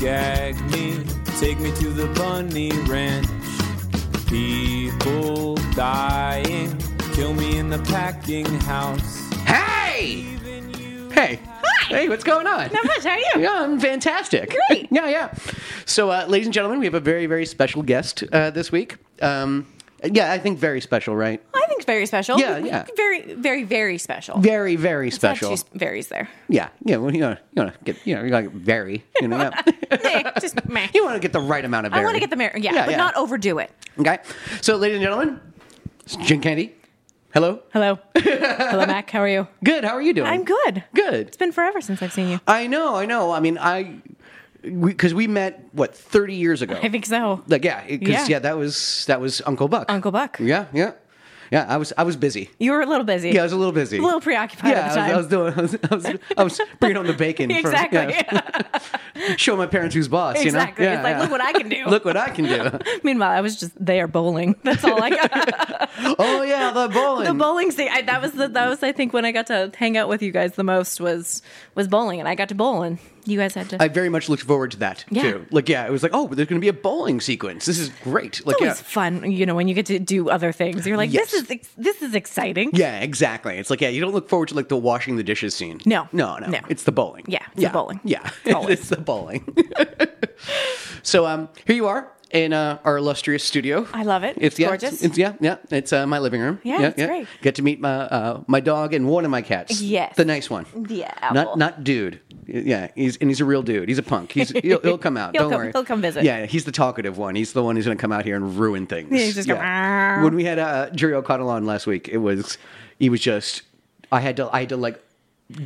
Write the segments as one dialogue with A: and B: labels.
A: gag me, take me to the bunny ranch. People dying, kill me in the packing house.
B: Hey! Hey.
C: Hi.
B: Hey, what's going on?
C: Not much. How are you?
B: Yeah, I'm fantastic.
C: Great.
B: Yeah, yeah. So, uh, ladies and gentlemen, we have a very, very special guest uh, this week. Um, yeah, I think very special, right?
C: I think it's very special.
B: Yeah, yeah.
C: Very, very, very special.
B: Very, very
C: Not
B: special.
C: two sp- varies there.
B: Yeah, yeah. Well, you know, you want to get, you know, you gotta get very, you know, yeah.
C: Eh, Just meh.
B: you want to get the right amount of very.
C: I want to get the mirror. Yeah,
B: Yeah,
C: but
B: yeah.
C: not overdo it.
B: Okay, so ladies and gentlemen, it's Gin Candy. Hello.
C: Hello. Hello, Mac. How are you?
B: Good. How are you doing?
C: I'm good.
B: Good.
C: It's been forever since I've seen you.
B: I know. I know. I mean, I because we, met what 30 years ago.
C: I think so.
B: Like yeah, because yeah.
C: Yeah.
B: that was that was Uncle Buck.
C: Uncle Buck.
B: Yeah, yeah, yeah. I was I was busy.
C: You were a little busy.
B: Yeah, I was a little busy.
C: A little preoccupied
B: yeah,
C: at the time.
B: I was, I was doing. I was, I was, I was bringing home the bacon. from-
C: exactly.
B: yeah, show my parents who's boss. You know.
C: exactly.
B: Yeah,
C: it's like,
B: yeah.
C: look what I can do.
B: Look what I can do.
C: Meanwhile, I was just there bowling. That's all I got.
B: Oh yeah, the bowling.
C: the bowling scene. I, that was the, that was I think when I got to hang out with you guys the most was was bowling, and I got to bowl, and you guys had to.
B: I very much looked forward to that
C: Yeah.
B: too. Like yeah, it was like oh, there's going to be a bowling sequence. This is great. Like
C: it's
B: yeah.
C: always fun, you know, when you get to do other things. You're like,
B: Yes.
C: this is ex- this is exciting.
B: Yeah, exactly. It's like yeah, you don't look forward to like the washing the dishes scene.
C: No.
B: no, no.
C: No.
B: It's the bowling.
C: Yeah, it's the bowling.
B: Yeah,
C: Always.
B: it's the bowling. so um, here you are in uh, our illustrious studio.
C: I love it. It's
B: yeah,
C: gorgeous.
B: It's, yeah, yeah. It's uh, my living room.
C: Yeah, it's great.
B: Get to meet my uh, my dog and one of my cats.
C: Yes.
B: the nice one.
C: Yeah,
B: not
C: Apple.
B: not dude. Yeah, he's and he's a real dude. He's a punk. He's he'll, he'll come out.
C: He'll
B: Don't
C: come-
B: worry.
C: he'll come visit.
B: Yeah, he's the talkative one. He's the one who's going to come out here and ruin things.
C: he's just
B: Yeah.
C: go,
B: When we had uh, Jerry O'Connell on last week, it was he was just I had to I had to like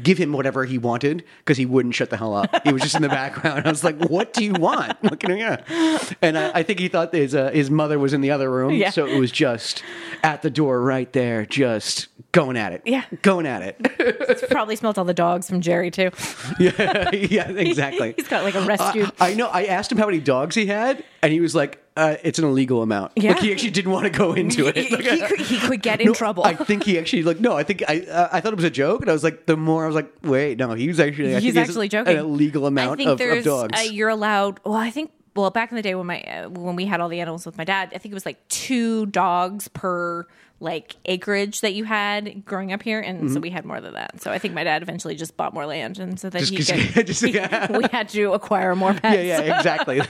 B: give him whatever he wanted because he wouldn't shut the hell up. He was just in the background. I was like, "What do you want?" Like, you know, yeah. And I, I think he thought his uh, his mother was in the other room,
C: Yeah.
B: so it was just at the door right there, just going at it.
C: Yeah.
B: going at it.
C: probably smelt all the dogs from Jerry too.
B: yeah, yeah, exactly.
C: He's got like a rescue.
B: I, I know. I asked him how many dogs he had, and he was like, uh, "It's an illegal amount."
C: Yeah.
B: Like he actually didn't want to go into it.
C: he,
B: Like,
C: he could, he could get in
B: no,
C: trouble.
B: I think he actually like no. I think I uh, I thought it was a joke, and I was like, the more I was like, wait, no, he was actually I think
C: He's
B: he has
C: actually joking.
B: An illegal amount of, of dogs.
C: Uh, you're allowed. Well, I think. Well, back in the day when my uh, when we had all the animals with my dad, I think it was like two dogs per like acreage that you had growing up here, and
B: Mm-hmm.
C: so we had more than that. So I think my dad eventually just bought more land, and so that
B: Just
C: he
B: 'cause-
C: could.
B: just-
C: he-
B: yeah.
C: we had to acquire more pets.
B: yeah, yeah, exactly.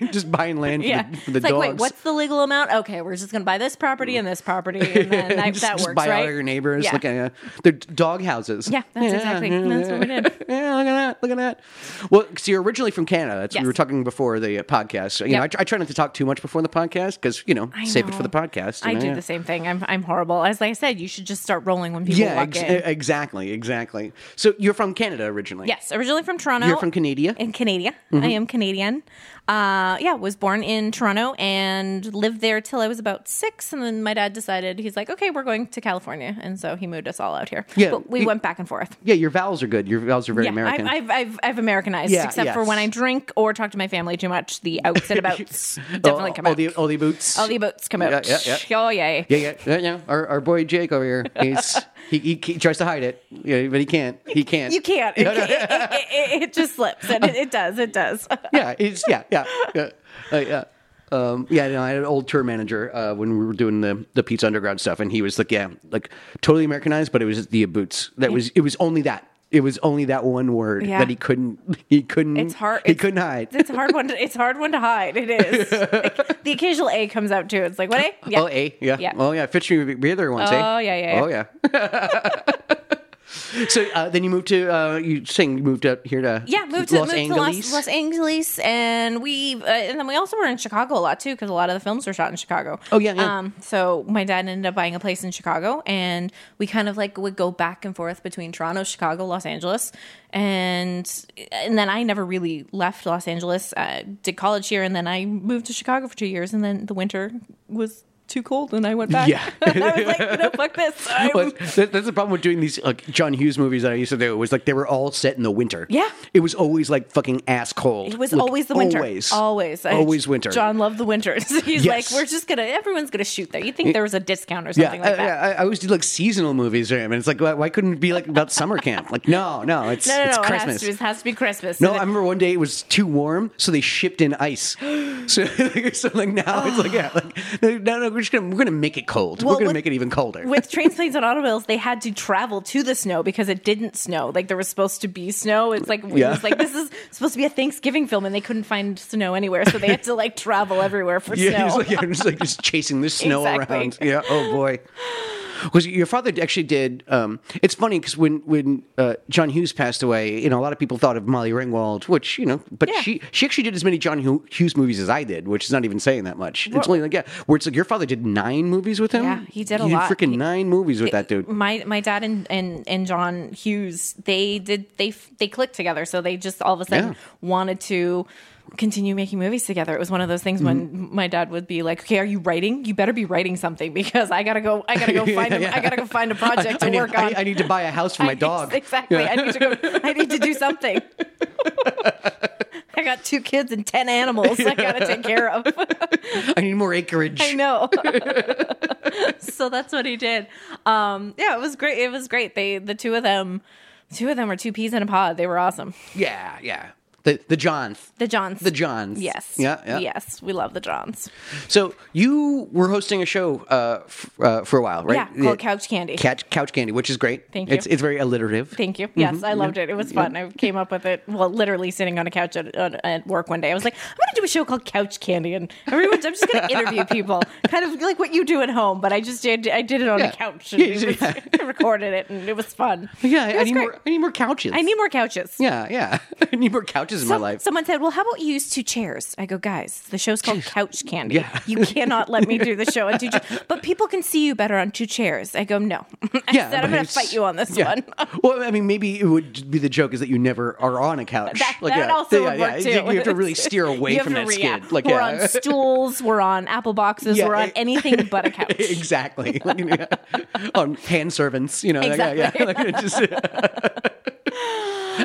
B: Just buying land for
C: Yeah.
B: the, for the
C: it's
B: dogs.
C: like, wait, what's the legal amount? Okay, we're just going to buy this property and this property, and then that,
B: just,
C: that
B: just
C: works,
B: buy
C: right?
B: all your neighbors.
C: Yeah.
B: Look at uh, they're dog houses.
C: Yeah, that's exactly- that's what we did.
B: Yeah, look at that. Look at that. Well, because you're originally from Canada. That's we
C: Yes.
B: were talking before the uh, podcast. So, you know,
C: Yep.
B: I, tr- I try not to talk too much before the podcast because you know
C: I
B: save it for
C: know.
B: the podcast. you
C: I
B: know,
C: do
B: yeah.
C: the same thing. I'm I'm horrible. As I said, you should just start rolling when people
B: Yeah,
C: walk
B: ex- e-, uh,
C: in.
B: exactly, exactly. So you're from Canada originally.
C: Yes, originally from Toronto.
B: You're from Mm-hmm. Canada?
C: In Canada. I am Canadian. Uh, yeah, was born in Toronto and lived there till I was about six. And then my dad decided, he's like, okay, we're going to California. And so he moved us all out here.
B: Yeah,
C: But we
B: you-
C: went back and forth.
B: Yeah, your vowels are good. Your vowels are very
C: yeah,
B: American.
C: I've, I've, I've, I've Americanized,
B: Yeah,
C: except for
B: yes.
C: when I drink or talk to my family too much. The outs and abouts definitely
B: Oh,
C: come
B: all
C: out.
B: The, all the boots.
C: all the abouts come out.
B: Yeah, yeah,
C: Oh, yay.
B: yeah, yeah, yeah, yeah. Our, our boy Jake over here, he's, he, he, he tries to hide it, yeah, but he can't. He can't.
C: You can't. It, it, it, it- it just slips, and it, it does. It does.
B: yeah, it's yeah, yeah, yeah, uh, yeah. Um, yeah, no, I had an old tour manager uh, when we were doing the the Pizza Underground stuff, and he was like, "Yeah, like totally Americanized, but it was the boots. That was it was only that. It was only that one word
C: Yeah.
B: that he couldn't. He couldn't.
C: It's hard.
B: He
C: it's-
B: couldn't hide.
C: It's a hard one. To, it's a hard one to hide. It is. Like, the occasional A comes out too. It's like what A? Yeah.
B: Oh, eh, yeah.
C: Yeah.
B: Oh, yeah. Fitzgerald be there once. eh?
C: Oh, yeah, yeah, yeah.
B: Oh, yeah. so uh, then you moved to uh, you saying you moved up here to
C: Yeah, moved to
B: Los
C: moved
B: Angeles.
C: to Los, Los Angeles, and we uh, and then we also were in Chicago a lot too because a lot of the films were shot in Chicago.
B: Oh, yeah, yeah.
C: Um, so my dad ended up buying a place in Chicago, and we kind of like would go back and forth between Toronto, Chicago, Los Angeles, and and then I never really left Los Angeles. I did college here, and then I moved to Chicago for two years, and then the winter was too cold, and I went back.
B: Yeah.
C: and I was like, you know, fuck this. I'm-
B: Well, that, that's the problem with doing these like John Hughes movies that I used to do. It was like they were all set in the winter.
C: Yeah.
B: it was always like fucking ass cold.
C: It was
B: Like,
C: always the winter.
B: Always,
C: always, I-
B: always winter.
C: John loved the winters. He's
B: Yes.
C: like, we're just gonna, everyone's gonna shoot there. You think there was a discount or
B: Yeah,
C: something like
B: I,
C: that?
B: I, I always do like seasonal movies, right? and it's like, why, why couldn't it be like about summer camp? Like, no, no, it's
C: No, no,
B: it's
C: no. It has,
B: Christmas.
C: to, it has to be Christmas.
B: no,
C: And
B: I remember one day it was too warm, so they shipped in ice. So, so like now it's like, yeah, like, no, no, we're just gonna we're gonna make it cold.
C: Well,
B: we're gonna
C: with-
B: make it even colder.
C: with trains, planes, and automobiles, they had to travel to the snow because it didn't snow. Like there was supposed to be snow. It's like it
B: Yeah.
C: was like this is supposed to be a Thanksgiving film, and they couldn't find snow anywhere, so they had to like travel everywhere for
B: Yeah,
C: snow.
B: he's like, yeah, just like just chasing the snow
C: Exactly.
B: around. Yeah. Oh boy. Was your father actually did? Um, it's funny because when when uh, John Hughes passed away, you know, a lot of people thought of Molly Ringwald, which you know, but
C: Yeah.
B: she she actually did as many John Hu- Hughes movies as I did, which is not even saying that much. it's only like yeah, where it's like your father did nine movies with him.
C: Yeah, he did a
B: You
C: lot.
B: Freaking
C: He-
B: nine movies with that dude.
C: My my dad and, and and John Hughes, they did they f- they clicked together, so they just all of a sudden
B: Yeah.
C: wanted to continue making movies together. It was one of those things
B: Mm-hmm.
C: when my dad would be like, "Okay, are you writing? You better be writing something because I gotta go. I gotta go find. a, I gotta go find a project to
B: I need,
C: work
B: I-
C: on.
B: I, need to buy a house for my dog.
C: Exactly. I need to go. I need to do something. I got two kids and ten animals. I gotta take care of.
B: I need more acreage.
C: I know. so that's what he did. Um, yeah, it was great. It was great. They the two of them, two of them were two peas in a pod. They were awesome.
B: Yeah, yeah. The the Johns.
C: The Johns.
B: The Johns.
C: Yes.
B: Yeah, yeah.
C: Yes. We love the Johns.
B: So you were hosting a show uh, f- uh, for a while, right?
C: Yeah. Called Couch Candy.
B: Couch, Couch Candy, which is great.
C: Thank
B: It's
C: you.
B: it's very alliterative.
C: Thank you.
B: Mm-hmm,
C: Yes, I loved it. It was fun. I came up with it well, literally sitting on a couch at, at, at work one day. I was like, I'm going to do a show called Couch Candy, and everyone's. I'm just going to interview people, kind of like what you do at home. But I just did. I did it on
B: Yeah.
C: a couch. And
B: Yeah,
C: it
B: you
C: was,
B: did- yeah.
C: I recorded it, and it was fun.
B: yeah, I-
C: It
B: I
C: was
B: need
C: great.
B: more. I need more couches.
C: I need more couches.
B: Yeah, yeah. I need more couches in my
C: Some-
B: life.
C: Someone said, "Well, how about you use two chairs?" I go, "Guys, the show's called Couch Candy.
B: Yeah.
C: You cannot let me do the show on two chairs, but people can see you better on two chairs." I go, "No." I
B: yeah,
C: said,
B: but
C: "I'm going to
B: it's-
C: fight you on this
B: yeah.
C: one."
B: well, I mean, maybe it would be the joke is that you never are on a couch.
C: That, that also would work
B: You-
C: too.
B: You have to really steer away
C: You have
B: from
C: to
B: that
C: react.
B: skid. Like,
C: we're
B: yeah.
C: on stools, we're on apple boxes,
B: Yeah,
C: we're on
B: it-
C: anything but a couch.
B: exactly. Like, yeah. On hand servants, you know. like, yeah, yeah.
C: Exactly.
B: Like, it just-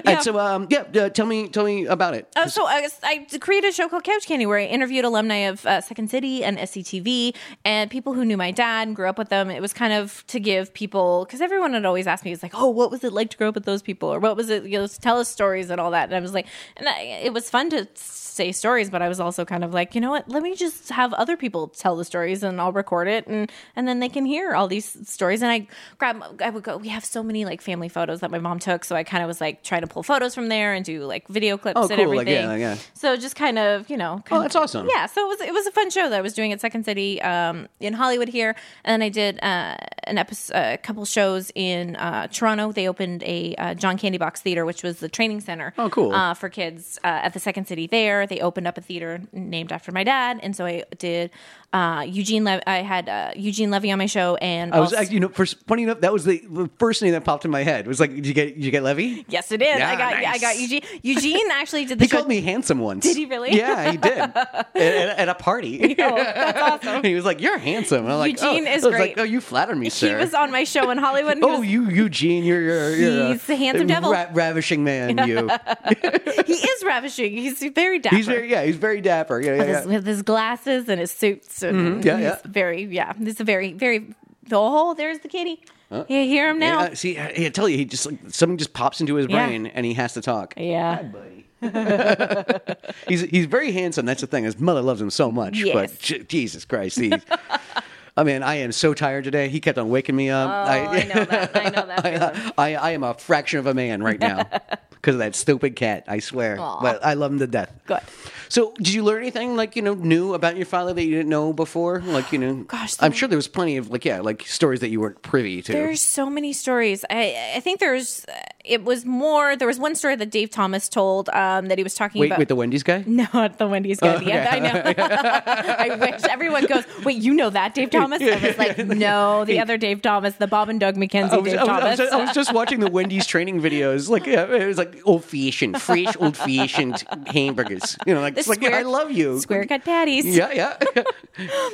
B: And so, um, yeah. Uh, tell me, tell me about it.
C: Oh, so I, I created a show called Couch Candy where I interviewed alumni of uh, Second City and SCTV and people who knew my dad and grew up with them. It was kind of to give people because everyone had always asked me, "It's like, oh, what was it like to grow up with those people, or what was it? You know, tell us stories and all that." And I was like, and I, it was fun to say stories, but I was also kind of like, you know what? Let me just have other people tell the stories and I'll record it and and then they can hear all these stories. And I grab, I would go. We have so many like family photos that my mom took, so I kind of was like trying to pull photos from there and do like video clips
B: Oh,
C: and
B: cool. Like, yeah,
C: everything.
B: yeah.
C: So just kind of, you know.
B: Oh,
C: Kind
B: that's
C: of,
B: awesome.
C: Yeah. So it was it was a fun show that I was doing at Second City um, in Hollywood here, and then I did uh, an episode, a couple shows in uh, Toronto. They opened a uh, John Candy Box Theater, which was the training center.
B: Oh, cool.
C: Uh, for kids uh, at the Second City there. They opened up a theater named after my dad, and so I did uh, Eugene. Le- I had uh, Eugene Levy on my show, and
B: I was,
C: also-
B: Oh, you know, for, funny enough, that was the the first name that popped in my head. It was like, did you get, did you get Levy?
C: yes, it is.
B: Yeah,
C: I got I
B: nice.
C: got Eugene. Eugene actually did the
B: He
C: show.
B: called me handsome once.
C: Did he really?
B: Yeah, he did. at, at- at a party,
C: Oh, that's awesome.
B: he was like, "You're handsome." And I'm like,
C: Eugene
B: oh.
C: is
B: I was Like,
C: great.
B: oh, you flatter me,
C: He
B: sir.
C: was on my show in Hollywood. And he
B: oh,
C: was-
B: you, Eugene, you're you're, you're
C: He's the handsome devil.
B: ra- ravishing man. You.
C: he is ravishing. He's very dapper.
B: he's very yeah. He's very dapper. Yeah, yeah,
C: with,
B: yeah.
C: his, with his glasses and his suits. And
B: Mhm. Yeah,
C: he's
B: yeah.
C: Very, yeah. He's a very, very. Oh, there's the kitty. you hear him now?
B: Yeah, see, I, I tell you, he just like something just pops into his
C: Yeah.
B: brain and he has to talk.
C: Yeah.
B: buddy. he's he's very handsome. That's the thing. His mother loves him so much.
C: Yes.
B: But j- Jesus Christ, he's. I mean, I am so tired today. He kept on waking me up.
C: Oh, I know that. I know that. feeling.
B: I, I am a fraction of a man right now because of that stupid cat. I swear,
C: Aw.
B: but I love him to death.
C: Good.
B: So, did you learn anything like you know new about your father that you didn't know before? Like you know,
C: Gosh,
B: I'm
C: there-
B: sure there was plenty of like yeah, like stories that you weren't privy to.
C: There's so many stories. I I think there's it was more. There was one story that Dave Thomas told um, that he was talking
B: Wait,
C: about.
B: with the Oh, Wendy's guy?
C: no, at the Wendy's guy. Yeah, I know. I wish everyone goes. Wait, you know that Dave Thomas? I was like, no, the other Dave Thomas, the Bob and Doug McKenzie
B: I was, I was- I
C: Dave
B: was
C: Thomas.
B: just, I was just watching the Wendy's training videos. Like yeah, it was like old fashioned, fresh old fashioned hamburgers. You know, like, it's like yeah, I love you.
C: Square cut patties.
B: Yeah, yeah.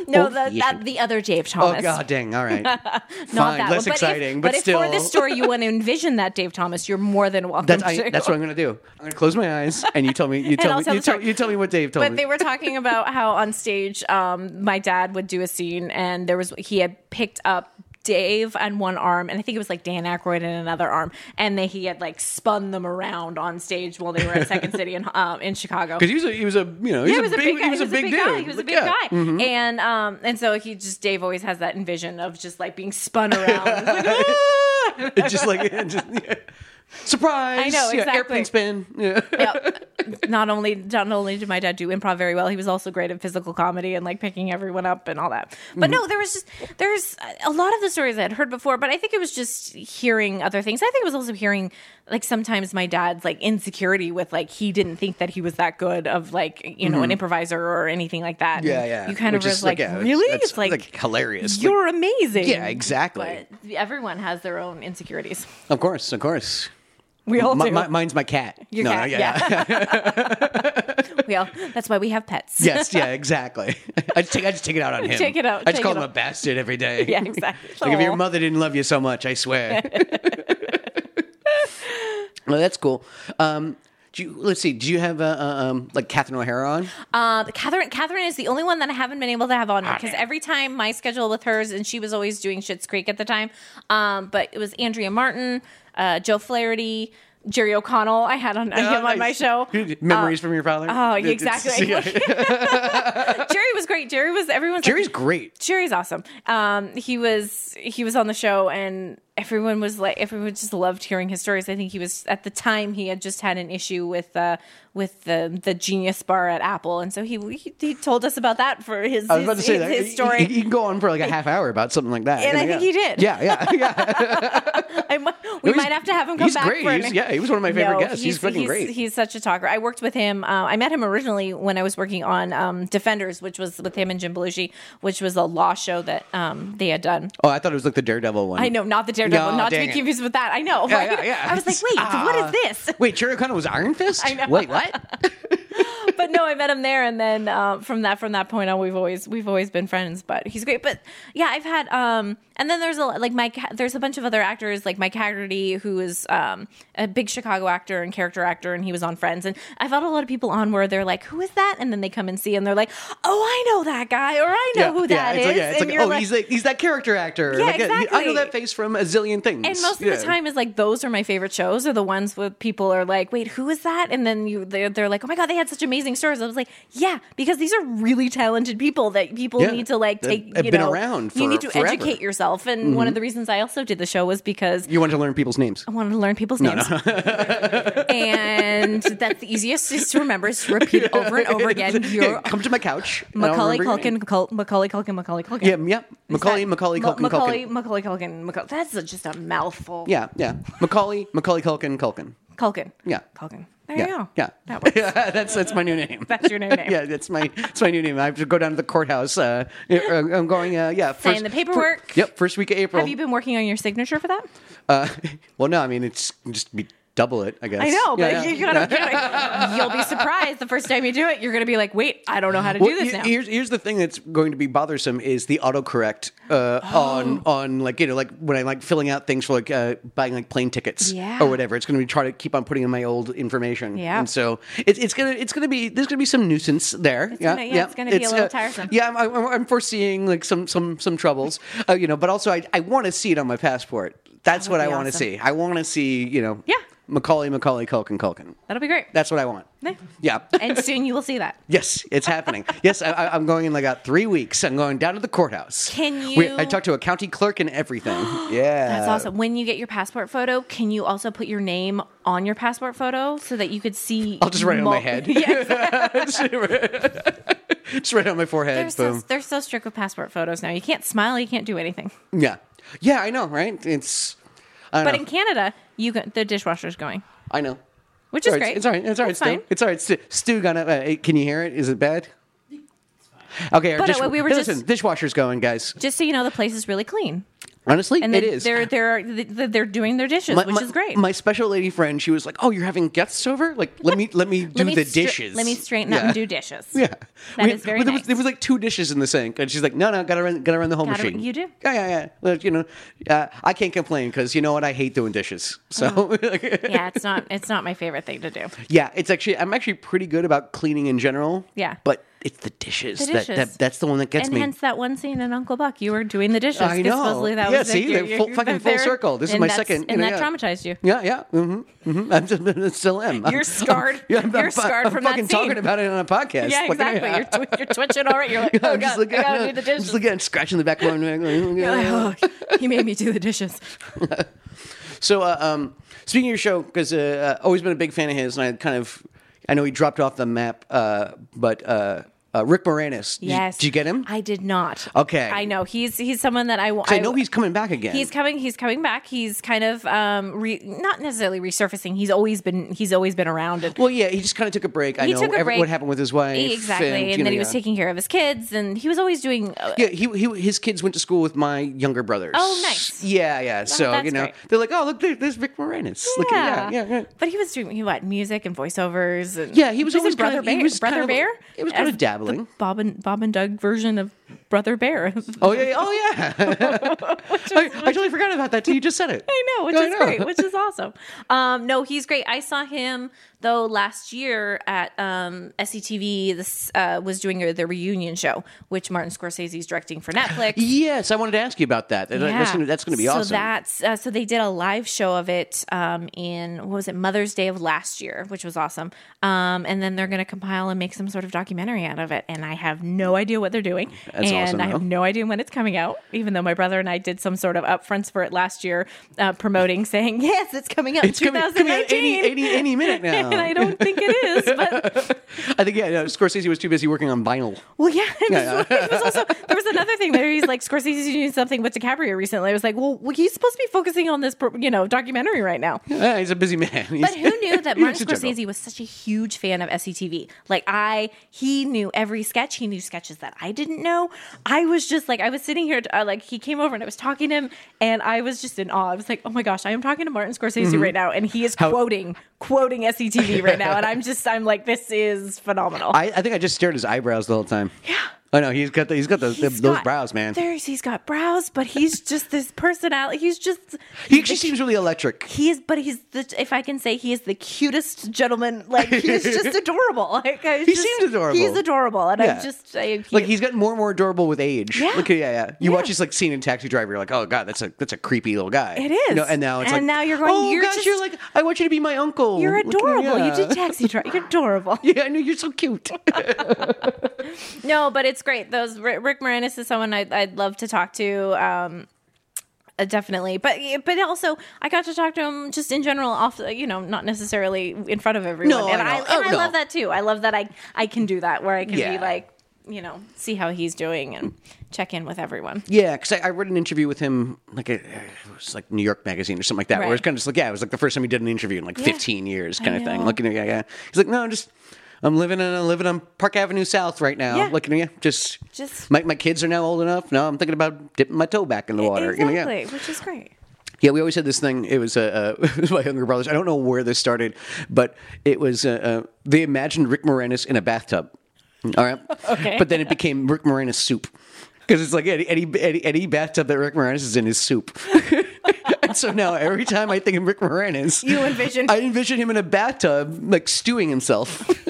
C: No,
B: old
C: the, that,
B: fashioned.
C: the other Dave Thomas.
B: oh god, dang. All right.
C: Not
B: Fine,
C: that
B: less
C: one.
B: exciting,
C: if,
B: but,
C: if
B: still.
C: for this story you want to envision that Dave Thomas, you're more than welcome
B: that's
C: to.
B: I, that's what I'm gonna do. I'm gonna close my eyes and you tell me. You tell
C: I'll
B: me.
C: tell
B: You
C: the
B: tell,
C: story.
B: you tell me what Dave told
C: but
B: me.
C: they were talking about how on stage um, my dad would do a scene and there was he had picked up Dave on one arm and I think it was like Dan Aykroyd in another arm and they, he had like spun them around on stage while they were at Second City in, um, in Chicago.
B: Because he was a, he was a you know he
C: Yeah,
B: was a big
C: guy.
B: he was a big dude.
C: guy. He was a
B: Like,
C: big
B: yeah. Mm, Mm-hmm.
C: guy, and um, and so he just Dave always has that envision of just like being spun around. It's like, "Ah!"
B: It's just like yeah, just, yeah. surprise.
C: I know,
B: Yeah,
C: exactly.
B: airplane spin. Yeah.
C: Yep. not only not only did my dad do improv very well, he was also great at physical comedy and like picking everyone up and all that. But
B: Mm-hmm.
C: no, there was just there's a lot of the stories I had heard before, but I think it was just hearing other things. I think it was also hearing like sometimes my dad's like insecurity with like he didn't think that he was that good of like you know an improviser or anything like that.
B: Mm-hmm. Yeah,
C: And
B: yeah.
C: You kind
B: Which
C: of
B: is
C: was like,
B: yeah,
C: really?
B: that's,
C: It's like,
B: hilarious. Like,
C: you're amazing.
B: yeah, exactly.
C: But everyone has their own insecurities.
B: of course, of course.
C: We all
B: My,
C: do.
B: my, mine's my cat.
C: Your
B: no,
C: cat,
B: yeah.
C: we all. That's why we have pets.
B: yes, yeah, exactly. I just take I just take it out on him.
C: Take it out,
B: I just
C: take
B: call
C: it
B: him a
C: out.
B: bastard every day.
C: Yeah, exactly.
B: like if
C: Aw.
B: your mother didn't love you so much, I swear. well, that's cool. Um, do you, let's see. Do you have uh, uh, um, like Catherine O'Hara on?
C: Uh, Catherine, Catherine is the only one that I haven't been able to have on because every time my schedule with hers, and she was always doing Schitt's Creek at the time. Um, but it was Andrea Martin, uh, Joe Flaherty, Jerry O'Connell. I had on him on my
B: Oh, nice.
C: show.
B: Memories from your father.
C: Oh, yeah,
B: It's- it's-
C: exactly.
B: yeah.
C: Jerry was great. Jerry was everyone's. like,
B: Jerry's great.
C: Jerry's awesome. Um, he was he was on the show, and everyone was like, everyone just loved hearing his stories. I think he was at the time he had just had an issue with uh, with the the Genius Bar at Apple, and so he he, he told us about that for his
B: I was about to
C: his,
B: say
C: his-
B: that
C: his
B: He-
C: story.
B: He, he can go on for like a half hour about something like that.
C: And
B: You
C: I
B: know,
C: think
B: yeah.
C: he did.
B: Yeah, yeah, yeah.
C: I mi- we
B: No, he's-
C: might have to have him come
B: he's
C: back.
B: great.
C: For an-
B: He's- yeah, he was one of my favorite guests. He's freaking great.
C: He's such a talker. I worked with him. Uh, I met him originally when I was working on um, Defenders, which was with him and Jim Belushi, which was a law show that um, they had done.
B: Oh, I thought it was like the Daredevil one.
C: I know, not the Daredevil,
B: No,
C: not to
B: dang
C: be
B: it.
C: confused with that. I know.
B: Yeah,
C: right?
B: yeah, yeah.
C: I was like, wait,
B: Ah.
C: what is this?
B: Wait, Jerry O'Connell was Iron Fist.
C: I know.
B: Wait, what?
C: But no, I met him there, and then uh, from that from that point on, we've always we've always been friends. But he's great. But yeah, I've had um, and then there's a like Mike. There's a bunch of other actors like Mike Haggerty, who is um a big Chicago actor and character actor, and he was on Friends. And I've had a lot of people on where they're like, who is that? And then they come and see, and they're like, oh, I know that guy, or I know who that is.
B: It's like, yeah, it's
C: and
B: like, oh, he's like he's that character actor.
C: Yeah,
B: like, he- I
C: exactly.
B: know that face from a zillion things.
C: And most of
B: Yeah.
C: the time is like those are my favorite shows are the ones where people are like, wait, who is that? And then you they're, they're like, oh my god, they had such amazing stories. I was like, yeah, because these are really talented people that people
B: Yeah.
C: need to like
B: That
C: take.
B: have
C: you
B: been
C: know,
B: around
C: you
B: for-
C: need to
B: forever. Mm-hmm.
C: educate yourself. And one of the reasons I also did the show was because
B: you want to learn people's names.
C: I wanted to learn people's names, and that's the easiest is to remember is to repeat it over and over again.
B: Yeah,
C: You're
B: come to my couch. and I'll
C: Macaulay
B: remember your
C: Culkin,
B: name.
C: Macau- Macaulay Culkin, Macaulay Culkin.
B: Yeah, yeah.
C: Is
B: Macaulay,
C: that-
B: Macaulay,
C: Ma-
B: Culkin,
C: Macaulay,
B: Culkin.
C: Macaulay Culkin, Macaulay. That's a- just a mouthful.
B: Yeah, yeah. Macaulay, Macaulay, Culkin, Culkin.
C: Culkin.
B: Yeah.
C: Culkin. There
B: Yeah,
C: you go.
B: yeah.
C: That works.
B: Yeah, that's that's my new name.
C: That's your new name.
B: yeah, that's my that's my new name. I have to go down to the courthouse. Uh, I'm going. Uh, yeah,
C: Sign the paperwork.
B: fir- yep, first week of April.
C: Have you been working on your signature for that?
B: Uh, well, no, I mean it's just be double it, I guess.
C: I know, but
B: Yeah, yeah.
C: You gotta, you gotta, you'll be surprised the first time you do it. You're going to be like, wait, I don't know how to do
B: Well,
C: this
B: he-
C: now.
B: Here's here's the thing that's going to be bothersome is the autocorrect
C: Oh.
B: uh, on on like you know like when I'm like filling out things for like uh, buying like plane tickets
C: Yeah.
B: or whatever. It's going to be trying to keep on putting in my old information.
C: Yeah.
B: and so it's it's gonna it's gonna be there's gonna be some nuisance there. yeah, uh,
C: gonna- yeah, it's gonna be a little tiresome.
B: Yeah, I'm, I'm, I'm foreseeing like some some some troubles. Uh, you know, but also I I want to see it on my passport. That's what
C: would
B: I
C: be
B: want to
C: awesome.
B: see. I want to see you know
C: Yeah.
B: Macaulay Macaulay Culkin Culkin.
C: That'll be great.
B: That's what I want.
C: Yeah.
B: Yeah.
C: and soon you will see that.
B: Yes, it's happening. yes, I, I- I'm going in like about three weeks. I'm going down to the courthouse.
C: Can
B: We-
C: you-
B: I talked to a county clerk and everything. yeah,
C: That's awesome. When you get your passport photo, can you also put your name on your passport photo so that you could see?
B: I'll just write it on my
C: mul-
B: head.
C: Yeah,
B: It's right on my forehead.
C: they're, so,
B: Boom.
C: they're so strict with passport photos now. You can't smile. You can't do anything.
B: yeah, yeah, I know, right? It's. I
C: But
B: know.
C: in Canada, you can, the dishwasher's going,
B: I know.
C: which
B: It's
C: is
B: all right.
C: great.
B: It's all right. It's all right.
C: That's
B: Stu.
C: fine.
B: It's all right. Stu, Stu gonna. Uh, can you hear it? Is it bad? Okay. our
C: But, uh,
B: dish-
C: we were
B: listen,
C: just-
B: dishwasher's going, guys.
C: Just so you know, the place is really clean,
B: Honestly,
C: and
B: it
C: they-
B: is.
C: they're they're they're they're doing their dishes,
B: My-
C: which
B: my-
C: is great.
B: My special lady friend, she was like, "Oh, you're having guests over? Like, let me let me do
C: let me
B: the
C: stra-
B: dishes.
C: Let me straighten up
B: Yeah.
C: and do dishes.
B: Yeah,
C: That is very
B: there, was,
C: nice.
B: there was like two dishes in the sink, and she's like, "No, no, gotta run, gotta run the whole
C: Gotta-
B: machine."
C: you do.
B: Yeah, yeah, yeah. Like, you know, uh, I can't complain because you know what? I hate doing dishes. So
C: yeah, it's not it's not my favorite thing to do.
B: yeah, it's actually I'm actually pretty good about cleaning in general.
C: Yeah.
B: but it's the dishes,
C: The
B: That,
C: dishes.
B: that that's the one that gets
C: And
B: me.
C: hence that one scene in Uncle Buck, you were doing the dishes.
B: I
C: 'cause
B: know.
C: Supposedly that
B: Yeah,
C: was
B: see,
C: like,
B: they're full- fucking full circle. This is
C: and
B: my
C: that's-
B: second, you
C: and
B: know,
C: that
B: yeah.
C: traumatized you.
B: yeah, yeah, hmm hmm I'm just, I still am. I'm-
C: You're scarred.
B: yeah, I'm-
C: You're
B: I'm fu-
C: scarred
B: I'm
C: from that
B: fucking
C: scene.
B: talking about it on a podcast.
C: Yeah,
B: Like,
C: exactly. You're, twi- you're twitching already. You're like, oh
B: I'm
C: god,
B: just looking,
C: I gotta do the
B: I'm just
C: dishes.
B: looking at scratching the back of my neck.
C: Like, oh, he made me do the dishes.
B: So, uh, um, speaking of your show, because uh, uh, always been a big fan of his, and I kind of, I know he dropped off the map, uh, but uh, uh, Rick Moranis. did you-
C: Yes.
B: Did you get him?
C: I did not.
B: Okay.
C: I know he's he's someone that I want.
B: 'Cause I know he's coming back again.
C: He's coming. He's coming back. He's kind of um, re- not necessarily resurfacing. He's always been. He's always been around. And
B: well, yeah, he just kind of took a break. I
C: He
B: know
C: took a
B: every-
C: break.
B: what happened with his wife.
C: exactly, and,
B: you know,
C: then he was
B: yeah.
C: taking care of his kids, and he was always doing. uh,
B: Yeah, he, he his kids went to school with my younger brothers.
C: Oh, nice.
B: Yeah, yeah. so
C: that's
B: you know,
C: great.
B: they're like, oh, look, there, there's Rick Moranis. Look, yeah, yeah, yeah.
C: But he was doing he what music and voiceovers and
B: Yeah, he was always
C: in Brother
B: kind of- he
C: Bear.
B: was
C: Brother
B: kind of-
C: Bear.
B: he was kind of
C: As the
B: dabbling.
C: Bob and Bob and Doug version of Brother Bear.
B: Oh yeah, yeah, oh yeah. I, I totally forgot about that till you just said it.
C: I know, which
B: I
C: is
B: know.
C: great, which is awesome. Um, no, he's great. I saw him though last year at um, SCTV. This uh, was doing their reunion show, which Martin Scorsese is directing for Netflix.
B: Yes, I wanted to ask you about that. That- That's gonna, that's gonna be
C: so
B: awesome.
C: So that's uh, so they did a live show of it um, in what was it Mother's Day of last year, which was awesome. Um, and then they're going to compile and make some sort of documentary out of it. And I have no idea what they're doing,
B: That's
C: and
B: awesome,
C: I have
B: though.
C: no idea when it's coming out. Even though my brother and I did some sort of upfronts for it last year, uh, promoting saying yes, it's coming out
B: It's
C: in
B: coming, coming out
C: 2019.
B: any, any, any minute now.
C: and I don't think it is, but
B: I think yeah, no, Scorsese was too busy working on vinyl.
C: Well, yeah. It was, it was also there was another thing there. He's like Scorsese's doing something with DiCaprio recently. I was like, well, well, he's supposed to be focusing on this, pro- you know, documentary right now.
B: Yeah, he's a busy man.
C: But who knew that Martin
B: Scorsese?
C: Scorsese was such a huge fan of SCTV? Like I, he knew every sketch. He knew sketches that I didn't know. I was just like, I was sitting here, uh, like he came over and I was talking to him, and I was just in awe. I was like, oh my gosh, I am talking to Martin Scorsese right now, and he is quoting quoting SCTV right now, and I'm just, I'm like, this is phenomenal.
B: I, I think I just stared at his eyebrows the whole time. Yeah. I know he's got the, he's got the,
C: He's
B: those
C: got-
B: brows, man.
C: There's he's got brows, but he's just this personality. He's just
B: He actually seems really electric.
C: he is, but he's the if I can say he is the cutest gentleman. Like he's just adorable. Like I
B: He
C: just,
B: seems adorable.
C: He's adorable, and
B: Yeah.
C: I'm just I,
B: Like he's gotten more and more adorable with age.
C: Yeah.
B: Like, yeah, yeah. You watch
C: Yeah.
B: his like scene in Taxi Driver, you're like, oh god, that's a that's a creepy little guy.
C: It is.
B: You know, and now it's
C: And
B: like,
C: now you're going,
B: Oh
C: you're
B: gosh,
C: just-
B: you're like, I want you to be my uncle.
C: you're
B: Like, you know,
C: adorable.
B: yeah.
C: You did taxi driver. You're adorable.
B: Yeah, I know you're so cute.
C: No, but it's great. Those Rick Rick Moranis is someone I'd, I'd love to talk to. Um, uh, definitely, but but also I got to talk to him just in general, off uh, you know, not necessarily in front of everyone.
B: No,
C: and
B: I know.
C: I,
B: Oh,
C: and I
B: no.
C: love that too. I love that I I can do that where I can
B: Yeah.
C: be like you know see how he's doing and check in with everyone.
B: Yeah, because I, I read an interview with him, like a, it was like New York Magazine or something like that, where
C: Right.
B: it's kind of just like, yeah, it was like the first time he did an interview in like 15 years, kind of thing.
C: know.
B: Looking at yeah, yeah, he's like, no, I'm just. I'm living in I'm living on Park Avenue South right now.
C: Yeah.
B: Looking at you, just
C: Just- E,
B: my, my kids are now old enough. Now I'm thinking about dipping my toe back in the water. You know,
C: exactly,
B: yeah.
C: which is great.
B: Yeah, we always had this thing. It was uh, uh, it was my younger brothers. I don't know where this started, but it was uh, uh, they imagined Rick Moranis in a bathtub. All right,
C: Okay.
B: but then it became Rick Moranis soup because it's like any, any any any bathtub that Rick Moranis is in is soup. and so now every time I think of Rick Moranis,
C: You envision-
B: I envision him in a bathtub like stewing himself.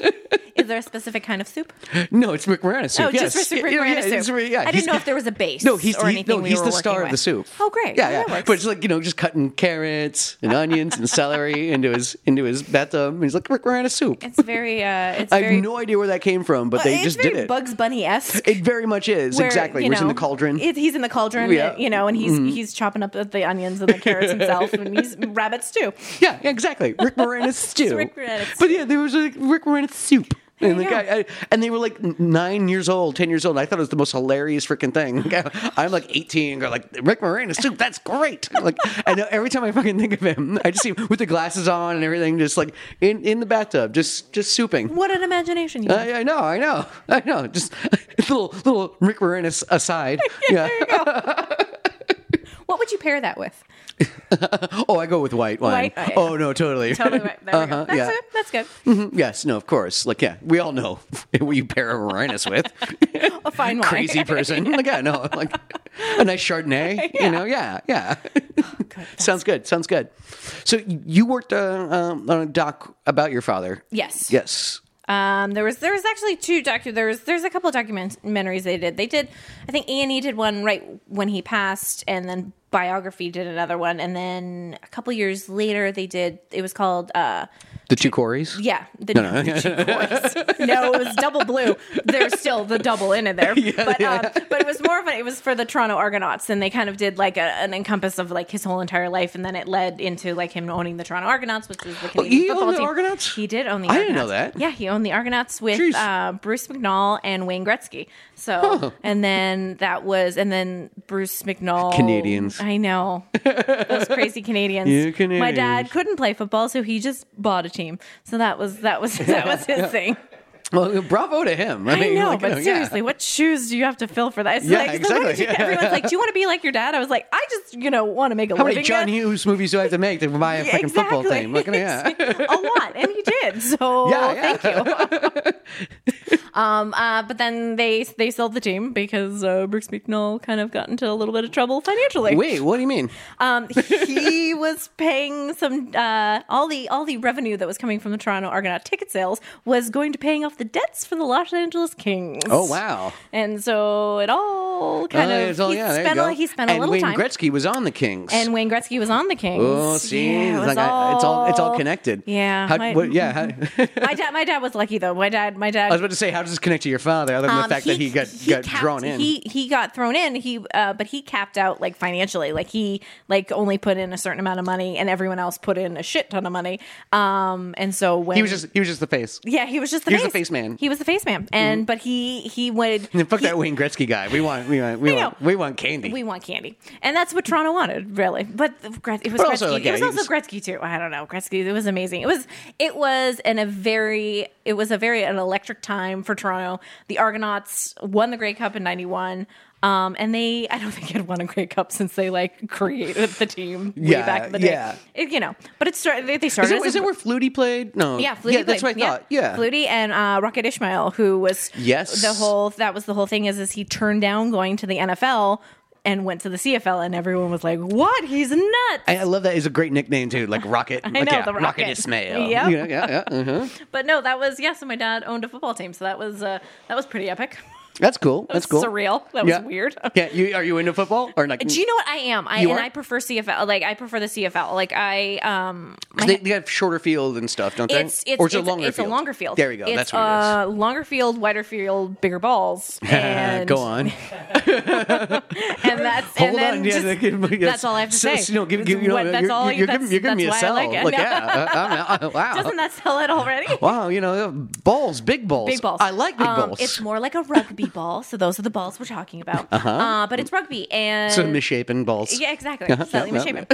C: Is there a specific kind of soup?
B: no, it's Rick Moranis soup.
C: Oh,
B: yes.
C: just for Rick
B: Yeah, yeah,
C: Moranis
B: it's
C: soup.
B: Rick- yeah,
C: I
B: he's-
C: didn't know if there was a base.
B: no, he's
C: or
B: he-
C: anything
B: no,
C: we
B: he's
C: were
B: the
C: working
B: star of the
C: with.
B: soup.
C: Oh, great.
B: Yeah,
C: Well,
B: yeah.
C: that works.
B: But it's like you know, just cutting carrots and onions and celery into his into his bathtub. And he's like, "Rick, we're in a soup."
C: It's very. Uh, it's
B: I
C: very.
B: have no idea where that came from, but they
C: it's
B: just
C: very
B: did it.
C: Bugs Bunny esque.
B: it very much is
C: where,
B: exactly.
C: you
B: He's in
C: know,
B: the cauldron.
C: it- he's in the cauldron,
B: Yeah. Mm-hmm.
C: uh, you know, and he's he's chopping up the onions and the carrots himself, and he's rabbits too.
B: yeah, yeah, exactly. Rick Moranis stew.
C: Rick Moranis
B: But yeah, there was a Rick Moranis soup. And the
C: you
B: guy, I, and they were like nine years old, ten years old. I thought it was the most hilarious freaking thing. I'm like eighteen, and go like Rick Moranis too. That's great. Like I know every time I fucking think of him, I just see him with the glasses on and everything, just like in in the bathtub, just just souping.
C: What an imagination you have.
B: I, I know, I know, I know. Just little little Rick Moranis aside. Yeah.
C: What would you pair that with?
B: Oh, I go with white wine.
C: White wine.
B: Oh no, totally.
C: Totally right. There we
B: Uh-huh,
C: go. That's
B: yeah.
C: good. That's good.
B: Mhm, Yes, no, of course. Like yeah, we all know who you pair a Moranis with.
C: A fine wine.
B: crazy person. Like, yeah, no, like a nice Chardonnay. You know, yeah, yeah.
C: Oh,
B: Sounds good. Sounds good. So you worked uh, um, on a doc about your father.
C: yes.
B: Yes.
C: Um, there was there was actually two docu there was there's a couple documentaries they did. They did I think Annie did one right when he passed, and then biography did another one, and then a couple years later they did it was called uh
B: The two Corys.
C: yeah the no, no it was double blue. There's still the double in it there, but um, but it was more of a, it was for the Toronto Argonauts, and they kind of did like a, an encompass of like his whole entire life, and then it led into like him owning the Toronto Argonauts, which was the Canadian
B: Oh, he
C: football
B: owned the
C: team.
B: Argonauts?
C: He did own the.
B: I
C: Argonauts.
B: didn't know that.
C: Yeah, he owned the Argonauts with
B: Jeez.
C: uh, Bruce McNall and Wayne Gretzky. So, and then that was, and then Bruce McNall.
B: Canadians.
C: I know. Those crazy Canadians.
B: You
C: My
B: Canadians.
C: dad couldn't play football, so he just bought a team. So that was, that was, that was his thing.
B: Well, bravo to him. I,
C: I
B: mean,
C: know,
B: like,
C: but
B: you yeah.
C: seriously, what shoes do you have to fill for that? It's
B: Yeah,
C: like, so what did
B: exactly.
C: you- everyone's like, do you want to be like your dad? I was like, I just, you know, want to make a
B: How
C: living.
B: many John
C: now."
B: Hughes movies do I have to make to buy a
C: Yeah,
B: fucking football
C: exactly.
B: team? Look at yeah.
C: a lot, and he did. So
B: Yeah, yeah.
C: thank you. um, uh, but then they they sold the team because uh, Brooks McNall kind of got into a little bit of trouble financially.
B: Wait, what do you mean?
C: Um, he was paying some uh, all the all the revenue that was coming from the Toronto Argonaut ticket sales was going to paying off the debts for the Los Angeles Kings.
B: Oh wow!
C: And so it all kind
B: Oh,
C: of
B: it's all-
C: he,
B: yeah, there you
C: spent
B: go.
C: a, he spent a
B: and
C: little
B: Wayne
C: time.
B: Gretzky was on the Kings.
C: and Wayne Gretzky was on the Kings.
B: oh, see,
C: Yeah, it
B: it's
C: was
B: like I- it's all it's all connected.
C: Yeah, mm-hmm.
B: How,
C: my-
B: what, yeah. How,
C: my dad, my dad was lucky though. My dad, my dad.
B: I was about to say, how does this connect to your father, other than
C: um,
B: the fact that he got got
C: capped-
B: drawn in?
C: He he got thrown in. He uh, but he capped out like financially. Like he like only put in a certain amount of money, and everyone else put in a shit ton of money. Um, and so when
B: he was just he was just the face.
C: yeah, he was just the
B: he
C: face.
B: was the face man. Mm-hmm.
C: He was the face man, and but he he would
B: And fuck
C: he-
B: that Wayne Gretzky guy. We want we want we
C: I
B: want
C: know.
B: we want candy.
C: We want candy, and that's what Toronto wanted, really. But the Gret- it was
B: But
C: Gretzky.
B: also, like,
C: it was
B: yeah,
C: also
B: he's-
C: Gretzky too. I don't know Gretzky. It was amazing. It was it was in a very it was a very an electric time for Toronto. The Argonauts won the Grey Cup in '91. Um, and they, I don't think had won a Grey Cup since they like created the team way
B: Yeah,
C: back in the day.
B: yeah.
C: It- you know, but it started. They, they
B: Is
C: started.
B: it,
C: as
B: is
C: a-
B: it where Flutie played? No.
C: yeah, Flutie.
B: Yeah, that's
C: played-
B: what I thought. Yeah.
C: Flutie and uh, Rocket Ishmael, who was
B: Yes.
C: the whole that was the whole thing is is he turned down going to the NFL and went to the CFL, and everyone was like, "What? He's nuts."
B: I I love that. It's a great nickname too, like Rocket. I like,
C: know,
B: yeah,
C: the Rocket.
B: Ismail.
C: Yep.
B: Yeah, yeah, yeah. uh-huh.
C: but no, that was yeah. So my dad owned a football team, so that was uh, that was pretty epic.
B: That's cool. That's cool.
C: Surreal. That was
B: Yeah.
C: weird.
B: Yeah, you are you into football or like?
C: Do you know what I am? I
B: You
C: and
B: are?
C: I prefer CFL. Like I prefer the CFL. Like I um
B: 'cause they, they have shorter field and stuff, don't they?
C: It's it's
B: or is it
C: it's,
B: longer
C: it's
B: field?
C: a longer field.
B: There you go. that's
C: It's,
B: what
C: uh, Longer field, wider field, bigger balls.
B: it is.
C: And
B: go on.
C: and that's and
B: Hold
C: then
B: on. Yeah,
C: just-
B: they can- yes.
C: that's all I have to
B: So-
C: say.
B: so, no, give, give, you know,
C: What- that's
B: you're,
C: all
B: you're,
C: you-
B: you're
C: that's-
B: giving, you're giving me a
C: that's why I
B: sell.
C: like it. No.
B: yeah, uh, I'm, uh, wow.
C: Doesn't that sell it already?
B: Wow, you know, balls, big balls.
C: Big balls.
B: I like big
C: Um,
B: balls.
C: It's more like a rugby ball. So those are the balls we're talking about. Uh-huh. but it's rugby and
B: so misshapen balls.
C: yeah, exactly.
B: Uh-huh,
C: Slightly
B: yeah,
C: misshapen.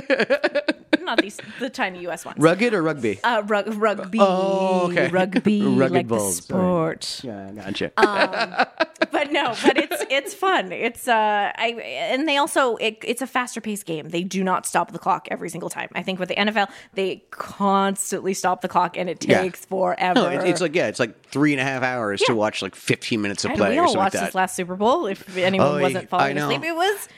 C: Not these the tiny U.S. ones.
B: Rugged or rugby?
C: uh, rug, rugby,
B: Oh, okay.
C: rugby,
B: Rugged
C: like
B: balls,
C: the
B: sorry.
C: sport.
B: yeah, gotcha.
C: but no, but it's it's fun. It's uh, I and they also it, it's a faster paced game. They do not stop the clock every single time. I think with the NFL, they constantly stop the clock, and it
B: Yeah.
C: takes forever.
B: no, it, it's like yeah, it's like three and a half hours to
C: Yeah.
B: watch like fifteen minutes of
C: And
B: play
C: we
B: or
C: all
B: something
C: watched
B: like
C: this
B: that.
C: last Super Bowl. If anyone
B: Oh, I
C: wasn't falling
B: know.
C: asleep, it was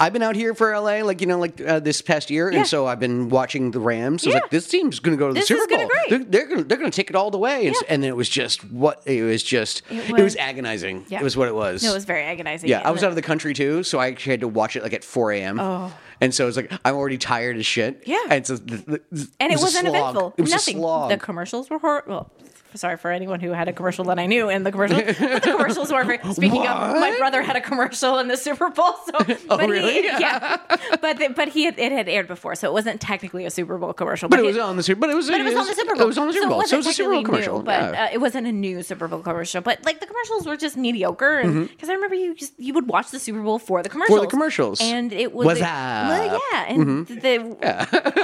B: I've been out here for LA, like you know, like uh, this past year,
C: Yeah.
B: and so I've been watching the Rams. I was
C: Yeah.
B: like, this team's going to go to the
C: This is
B: Super
C: gonna
B: Bowl.
C: great.
B: They're, they're going to they're going to take it all the way, and, s-
C: Yeah.
B: and it was just what it was just it was,
C: was-
B: agonizing.
C: yeah.
B: It was what it was.
C: no, it was very agonizing.
B: Yeah,
C: And
B: I was
C: the-
B: out of the country too, so I actually had to watch it like at 4 a.m.
C: Oh.
B: And so it's like I'm already tired as shit.
C: Yeah.
B: and so the, the,
C: and it,
B: was
C: was
B: a
C: not
B: slog.
C: eventful.
B: It was
C: Nothing.
B: a slog.
C: The commercials were horrible. sorry for anyone who had a commercial that I knew, and the commercial the commercials were. For, speaking of, my
B: What? Oh,
C: brother had a commercial in the Super Bowl, so but
B: really?
C: he, yeah, but the, but he had, it had aired before, so it wasn't technically a Super Bowl commercial.
B: But it was on the Super. But it was.
C: But it was on the Super Bowl.
B: It was on the Super Bowl. So it
C: wasn't
B: was a Super Bowl
C: technically
B: commercial.
C: new, but
B: yeah.
C: uh, it wasn't a new Super Bowl commercial. But like the commercials were just mediocre, because
B: Mm-hmm.
C: I remember you just you would watch the Super Bowl for the commercials,
B: commercials.
C: and it was
B: What's
C: a-
B: up? Mm-hmm.
C: Well, yeah, and the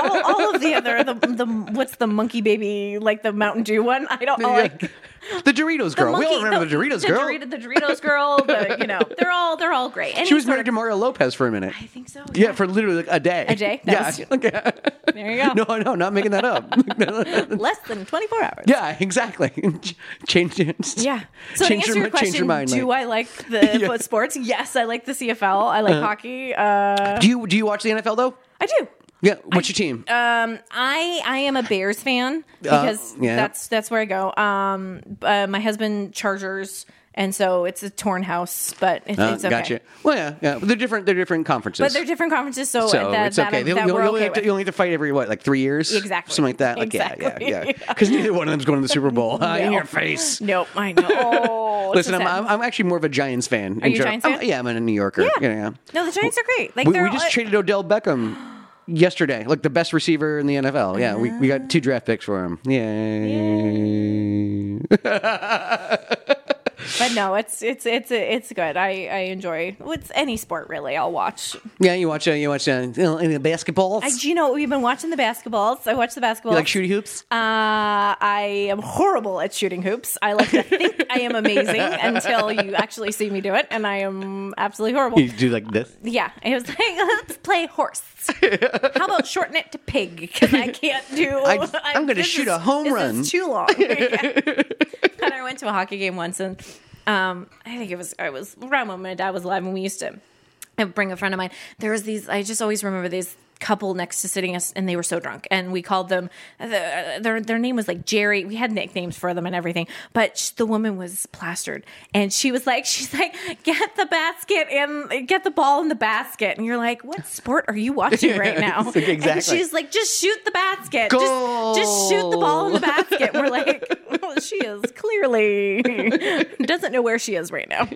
C: all, all of the other the, the what's the monkey baby like the Mountain Dew one? I don't
B: Yeah.
C: like
B: the Doritos
C: oh, the
B: girl. we all
C: monkey- oh,
B: remember the, Doritos
C: the
B: girl.
C: Dorito- the Doritos girl. The, you know, they're all they're all great. And
B: she was married to Mario Lopez for a minute.
C: I think so.
B: yeah, for literally like a day.
C: A day?
B: Yeah.
C: That
B: Okay.
C: there you go.
B: No, no, not making that up.
C: Less than twenty four hours.
B: yeah, exactly. Ch- Change.
C: Yeah. So
B: change
C: to answer
B: your,
C: your
B: mi-
C: question,
B: change your mind.
C: do
B: like.
C: I like the
B: Yeah. Uh-huh.
C: but sports? Yes, I like the CFL. I like hockey. Uh,
B: do you do you watch the NFL though?
C: I do.
B: Yeah. What's your team?
C: Um, I I am a Bears fan because
B: Uh, yeah.
C: that's that's where I go. Um, uh, my husband Chargers, and so it's a torn house, but it's,
B: Uh,
C: it's okay.
B: Gotcha. Well, yeah, yeah. They're different. They're different conferences.
C: But they're different conferences, so, uh,
B: so
C: that,
B: it's
C: that,
B: okay.
C: I'm-
B: They'll-
C: that
B: you'll,
C: we're
B: you'll
C: okay
B: have to,
C: with.
B: you'll need to fight every what, like three years,
C: Exactly.
B: something like that. Like
C: Exactly.
B: yeah, yeah, yeah. Because neither one of them's going to the Super Bowl. huh? In your face.
C: Nope, I know. Oh, it's
B: Listen,
C: so
B: I'm,
C: sad.
B: I'm I'm actually more of a Giants fan. Are
C: you a Giants fan?
B: yeah, I'm a New Yorker.
C: Yeah.
B: You know,
C: no, the Giants are great. Like
B: We,
C: they're
B: we just
C: all-
B: traded Odell Beckham yesterday, like the best receiver in the NFL. Yeah, we, we got two draft picks for him. Yay.
C: but no, it's it's it's it's good. I I enjoy. It's any sport really. I'll watch.
B: yeah, you watch uh, you watch uh, you know, any of the basketballs?
C: I, do you know we've been watching the basketballs? I watch the basketballs.
B: you like shooty hoops?
C: Uh, I am horrible at shooting hoops. I like to think I am amazing until you actually see me do it, and I am absolutely horrible.
B: you do like this?
C: Yeah, it was like let's play horse. How about shorten it to pig? Because I can't do.
B: I- I'm gonna
C: this
B: shoot
C: is-
B: a home
C: this
B: run.
C: Is too long. Yeah. and I went to a hockey game once, and um, I think it was I was around when my dad was alive, and we used to I'd bring a friend of mine. There was these. I just always remember these couple next to sitting us and they were so drunk and we called them uh, the, their their name was like Jerry we had nicknames for them and everything but sh- the woman was plastered and she was like she's like get the basket and get the ball in the basket and you're like what sport are you watching right now
B: It's like,
C: and
B: exactly.
C: she's like just shoot the basket just, just shoot the ball in the basket we're like well, she is clearly doesn't know where she is right now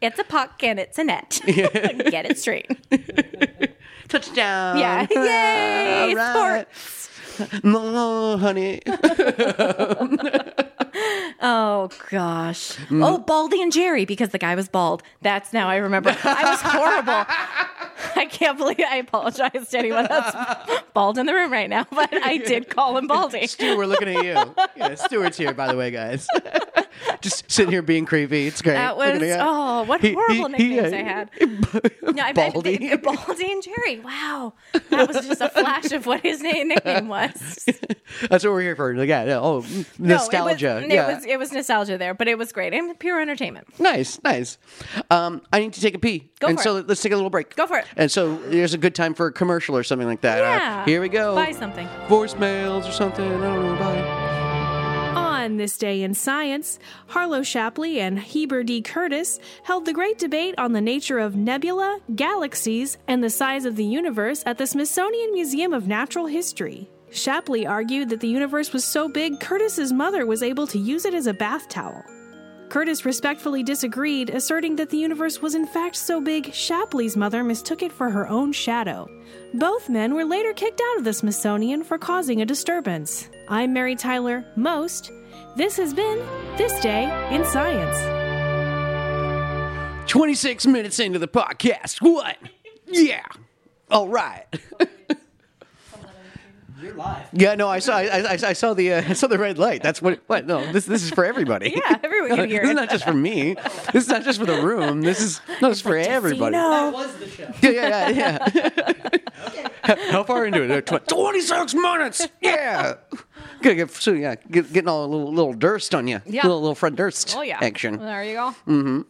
C: it's a puck and it's a net. Get it straight.
B: Touchdown.
C: Yeah. Yay.
B: Alright. No, honey.
C: Oh, gosh. Oh, Baldy and Jerry, because the guy was bald. That's now I remember. I was horrible. I can't believe I apologize to anyone that's bald in the room right now, but I did call him Baldy.
B: Stu, we're looking at you. Yeah, Stuart's here, by the way, guys. Just sitting here being creepy. It's great.
C: That was,
B: Looking at you.
C: oh, what
B: He- he-
C: horrible
B: he,
C: nicknames
B: uh,
C: I had. No, I bet
B: Baldy.
C: they- Baldy and Jerry. Wow. That was just a flash of what his na- nickname was.
B: That's what we're here for. Like, yeah, yeah, oh, nostalgia.
C: No, it was,
B: yeah.
C: it, was, it was nostalgia there, but it was great and pure entertainment.
B: Nice, nice. Um, I need to take a pee.
C: Go
B: and
C: for
B: so
C: it.
B: let's take a little break.
C: Go for it.
B: And so there's a good time for a commercial or something like that. Uh,
C: Yeah.
B: here we go.
C: Buy something.
B: Voicemails or something. I don't know. Bye.
D: On this day in science, Harlow Shapley and Heber D. Curtis held the great debate on the nature of nebula, galaxies, and the size of the universe at the Smithsonian Museum of Natural History. Shapley argued that the universe was so big Curtis's mother was able to use it as a bath towel. Curtis respectfully disagreed, asserting that the universe was in fact so big Shapley's mother mistook it for her own shadow. Both men were later kicked out of the Smithsonian for causing a disturbance. I'm Mary Tyler Most. This has been This Day in Science.
B: 26 minutes into the podcast. What? Yeah. All right.
E: You're live.
B: Yeah, no, I saw, I, I, I saw the, uh, I saw the red light. That's what. What? No, this, this is for everybody.
C: Yeah, everyone can hear
B: this is
C: it.
B: not just for me. This is not just for the room. This is no, it's for everybody.
C: know.
E: That was the show.
B: Yeah, yeah, yeah. yeah. How far into it? Tw- Twenty-six minutes. Yeah. Gonna get so yeah, get, getting all a little, little Durst on you.
C: Yeah.
B: Little, little Fred Durst.
C: Oh yeah.
B: Action.
C: There you go.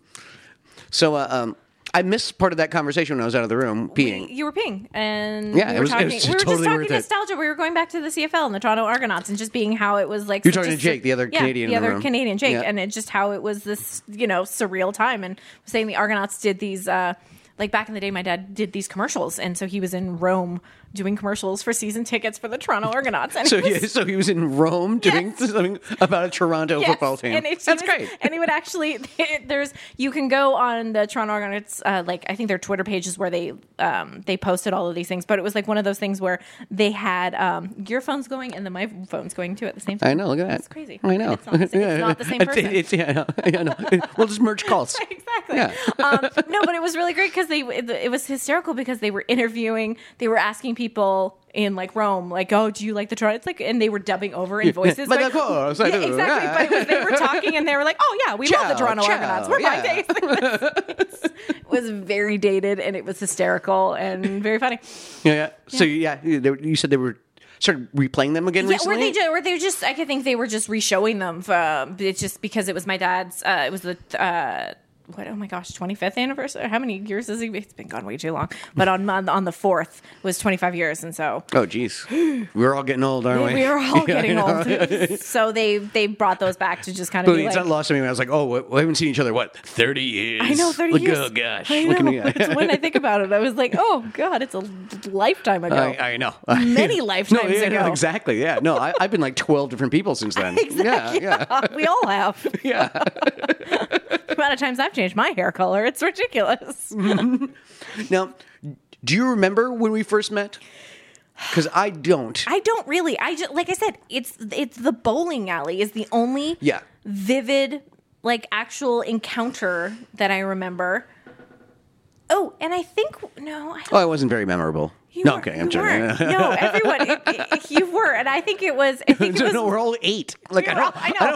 B: So uh, um, I missed part of that conversation when I was out of the room peeing.
C: You were ping, and
B: Yeah,
C: we
B: it
C: were
B: was- it
C: talking.
B: was
C: we
B: totally
C: were just
B: worth
C: talking
B: it.
C: nostalgia. We were going back to the CFL and the Toronto Argonauts, and just being how it was like.
B: You're
C: such
B: talking
C: a
B: to Jake,
C: sur-
B: the other
C: yeah,
B: Canadian in
C: the
B: the
C: other
B: room.
C: Canadian Jake,
B: Yeah.
C: and it just how it was this you know surreal time, and saying the Argonauts did these. uh like back in the day, my dad did these commercials, and so he was in Rome doing commercials for season tickets for the Toronto Argonauts. And
B: So
C: it
B: he,
C: was-
B: so he was in Rome doing
C: Yes.
B: something about a Toronto
C: Yes,
B: football team.
C: And if he
B: That's
C: was-
B: great.
C: And he would actually there's you can go on the Toronto Argonauts uh, like I think their Twitter pages where they um, they posted all of these things, but it was like one of those things where they had um, your phone's going and then my phone's going too at the same time.
B: I know. Look at that.
C: It's crazy.
B: I know.
C: It's not the same- it's not the same
B: It's-
C: person.
B: it's- yeah, I know. Yeah, I know. We'll just merge calls.
C: exactly.
B: Yeah.
C: um, no, but it was really great because they it, it was hysterical because they were interviewing, they were asking people in like Rome, like, oh, do you like the Toronto? It's like, and they were dubbing over in voices.
B: But
C: like,
B: of course I
C: yeah,
B: do,
C: exactly.
B: yeah.
C: But it was, they were talking and they were like, oh yeah, we love the
B: Ciao,
C: Toronto
B: ciao,
C: Argonauts. We're
B: yeah.
C: buying things. It was very dated and it was hysterical and very funny.
B: Yeah, yeah. So yeah, you they were- you said they were started replaying them again
C: Yeah,
B: recently.
C: were they just, were they just? I could think they were just reshowing them. For, um, it's just because it was my dad's. Uh, it was the uh, what? Oh my gosh, twenty fifth anniversary. How many years has it? been? It's been gone way too long. But on on, on the fourth was twenty five years, and so
B: Oh, jeez, we're all getting old, aren't we?
C: we were all getting
B: I know.
C: old. so they they brought those back to just kind of
B: But
C: be
B: it's
C: like.
B: not lost to me when I was like, oh, we- we haven't seen each other what thirty years.
C: I know, thirty
B: Look,
C: years.
B: Oh gosh,
C: I
B: Look at
C: know.
B: me.
C: It's when I think about it, I was like, "Oh God, it's a lifetime ago."
B: I, I know.
C: Many
B: No,
C: lifetimes
B: yeah,
C: ago.
B: Exactly. Yeah. No, I, I've been like twelve different people since then.
C: Exactly.
B: Yeah. Yeah.
C: we all have.
B: Yeah.
C: The amount of times I've changed my hair color, it's ridiculous.
B: Mm. Now, do you remember when we first met? Because I don't.
C: I don't really. I just like I said, it's it's the bowling alley is the only
B: Yeah.
C: vivid like actual encounter that I remember. Oh, and I think no, I
B: Oh, I wasn't very memorable.
C: you
B: no,
C: were-
B: okay,
C: you
B: I'm joking.
C: weren't. No, everyone, it, it- you were, and I think it was. I think it
B: So,
C: was
B: no, we're all eight. Like I
C: You're
B: don't,
C: all-
B: I,
C: I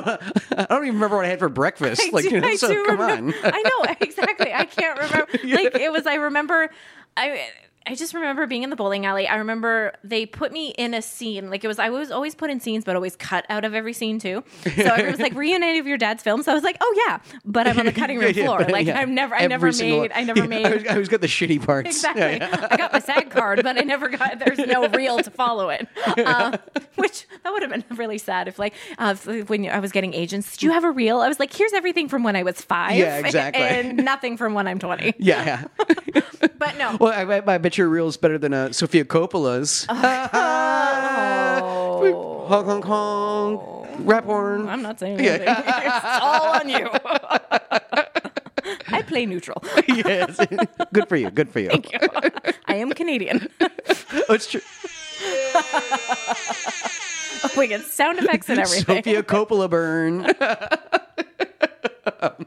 B: don't, I don't even remember what I had for breakfast.
C: I
B: like,
C: do-
B: you know,
C: I
B: so
C: do
B: come
C: remember-
B: on.
C: I know exactly. I can't remember. Like it was. I remember. I. I just remember being in the bowling alley. I remember they put me in a scene. Like it was, I was always put in scenes, but always cut out of every scene too. So everyone was like, "Were you in any of your dad's films?" So I was like, "Oh yeah," but I'm on the cutting room
B: Yeah, yeah,
C: floor.
B: but,
C: like
B: yeah,
C: I'm never, I
B: every
C: never
B: single-
C: made, I never
B: Yeah,
C: made.
B: I always, I always got the shitty parts.
C: Exactly.
B: Yeah, yeah.
C: I got my SAG card, but I never got. There's no reel to follow it, uh, which that would have been really sad if, like, uh, if- when I was getting agents, do you have a reel? I was like, here's everything from when I was five,
B: Yeah, exactly.
C: and nothing from when I'm 20.
B: Yeah, yeah.
C: But no,
B: Well, I, I- I bet your reel's better than uh, Sofia Coppola's. Oh. Hong Kong Kong. Rap horn.
C: I'm not saying anything. it's all on you. I play neutral. Oh
B: yes. good for you. Good for you.
C: I am Canadian.
B: Oh, it's true.
C: we get sound effects and everything.
B: Sofia Coppola burn.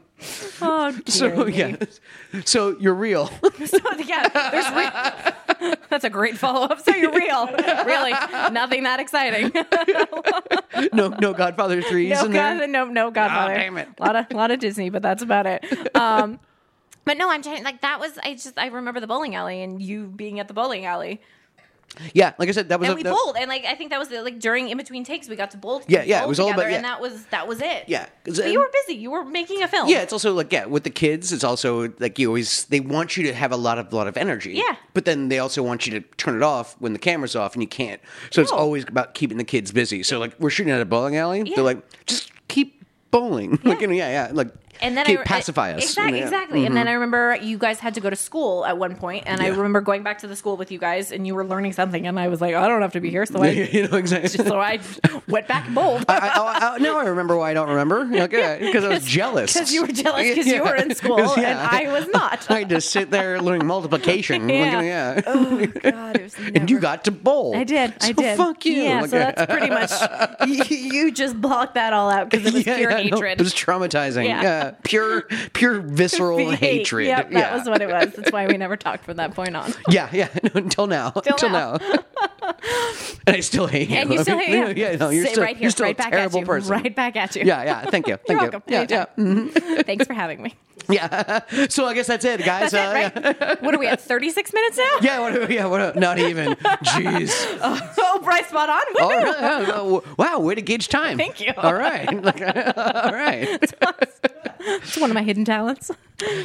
C: Oh, dear
B: So
C: me.
B: yeah. So you're real.
C: yeah, there's re- that's a great follow up. So you're real, really, nothing that exciting.
B: No, no Godfather threes
C: no,
B: in
C: God,
B: there.
C: no, no, Godfather.
B: Oh, damn it.
C: A lot of, lot of Disney, but that's about it. Um, but no, I'm trying. Like that was, I just, I remember the bowling alley and you being at the bowling alley,
B: Yeah, like I said, that was
C: and
B: a,
C: we
B: that-
C: bowled, and like I think that was the, like during in between takes we got to bowl.
B: Yeah, yeah, it
C: bowl
B: was all about-
C: together,
B: yeah.
C: and that was that was it.
B: Yeah, 'cause,
C: but
B: um,
C: you were busy. You were making a film.
B: Yeah, it's also like yeah, with the kids, it's also like you always they want you to have a lot of lot of energy.
C: Yeah.
B: But then they also want you to turn it off when the camera's off and you can't. So it's
C: No.
B: always about keeping the kids busy. So like we're shooting at a bowling alley,
C: Yeah.
B: they're like, just keep bowling. Like you know, yeah, yeah. Like
C: and then
B: keep,
C: I,
B: pacify us.
C: Exactly,
B: Yeah. Mm-hmm.
C: exactly. And then I remember you guys had to go to school at one point, and I
B: Yeah.
C: remember going back to the school with you guys, and you were learning something, and I was like, "Oh, I don't have to be here, so
B: Yeah,
C: I,
B: you know exactly.
C: so I went back and bowled.
B: I, I, I, now I remember why I don't remember. Okay, because I was jealous.
C: Because you were jealous because you were in school
B: Yeah.
C: and I was not.
B: I had to sit there learning multiplication. Yeah.
C: Yeah.
B: yeah.
C: Oh God! It was
B: And you got to bowl.
C: I did. I
B: So
C: did.
B: Fuck you.
C: Yeah.
B: Like, uh,
C: So that's pretty much you, you just blocked that all out because it was pure
B: yeah, no,
C: hatred.
B: it was traumatizing. Yeah.
C: Yeah.
B: pure, pure visceral
C: Hate.
B: hatred.
C: Yep,
B: yeah.
C: that was what it was. That's why we never talked from that point on.
B: Yeah, yeah. No, until now. until now.
C: now.
B: and I still hate you.
C: And you still
B: I mean,
C: hate him.
B: Yeah, no, you're
C: Sit
B: still,
C: right here,
B: you're still
C: right
B: a
C: back
B: terrible
C: at you,
B: person.
C: Right back at you.
B: Yeah, yeah. Thank you. Thank you.
C: welcome.
B: Yeah, yeah. mm,
C: Anytime. Thanks for having me.
B: Yeah. So I guess that's it, guys.
C: That's it, right?
B: yeah.
C: What are we at? Thirty six minutes now?
B: Yeah, what, yeah, what, not even. Jeez.
C: Oh, Bryce, spot on. Woo!
B: All right. Uh, Wow, way to gauge time.
C: Thank you.
B: All right. Like, all right.
C: It's one of my hidden talents.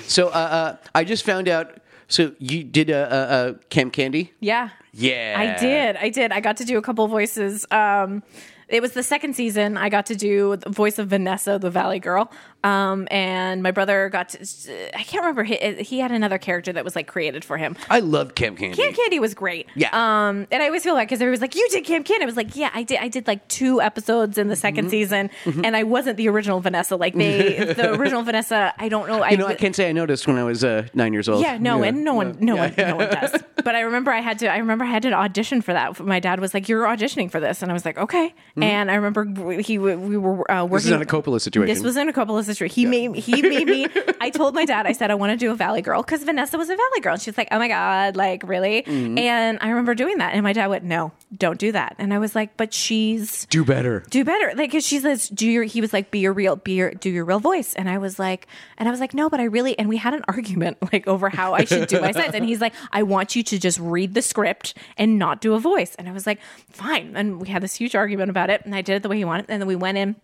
B: So uh, uh, I just found out. So you did a, a, a Camp Candy?
C: Yeah.
B: Yeah.
C: I did. I did. I got to do a couple voices. Um, it was the second season. I got to do the voice of Vanessa, the Valley Girl. Um, and my brother got to, I can't remember, he, he had another character that was like created for him.
B: I loved Camp Candy.
C: Camp Candy was great.
B: Yeah.
C: Um, and I always feel like because everybody's like, "You did Camp Candy." I was like, "Yeah, I did. I did like two episodes in the 2nd
B: Mm-hmm.
C: season, and I wasn't the original Vanessa. Like they, the original Vanessa, I don't know. I,
B: You know, I can't say I noticed when I was uh, nine years old.
C: Yeah, no, and no one, no one, no one does. But I remember I had to. I remember I had to audition for that. My dad was like, "You're auditioning for this," and I was like, "Okay." And I remember he we were uh, working.
B: Mm-hmm. This is not a Coppola situation.
C: This was in a Coppola's history. He made he made me. I told my dad. I said I want to do a Valley Girl because Vanessa was a Valley Girl. And she's like, oh my god, like really?
B: Mm-hmm.
C: And I remember doing that, and my dad went, no, don't do that. And I was like, but she's
B: Do better.
C: do better. Like 'cause she says, do your. He was like, be your real, be your, do your real voice. And I was like, and I was like, no, but I really. And we had an argument like over how I should do my sets. And he's like, I want you to just read the script and not do a voice. And I was like, fine. And we had this huge argument about it. And I did it the way he wanted. And then we went in.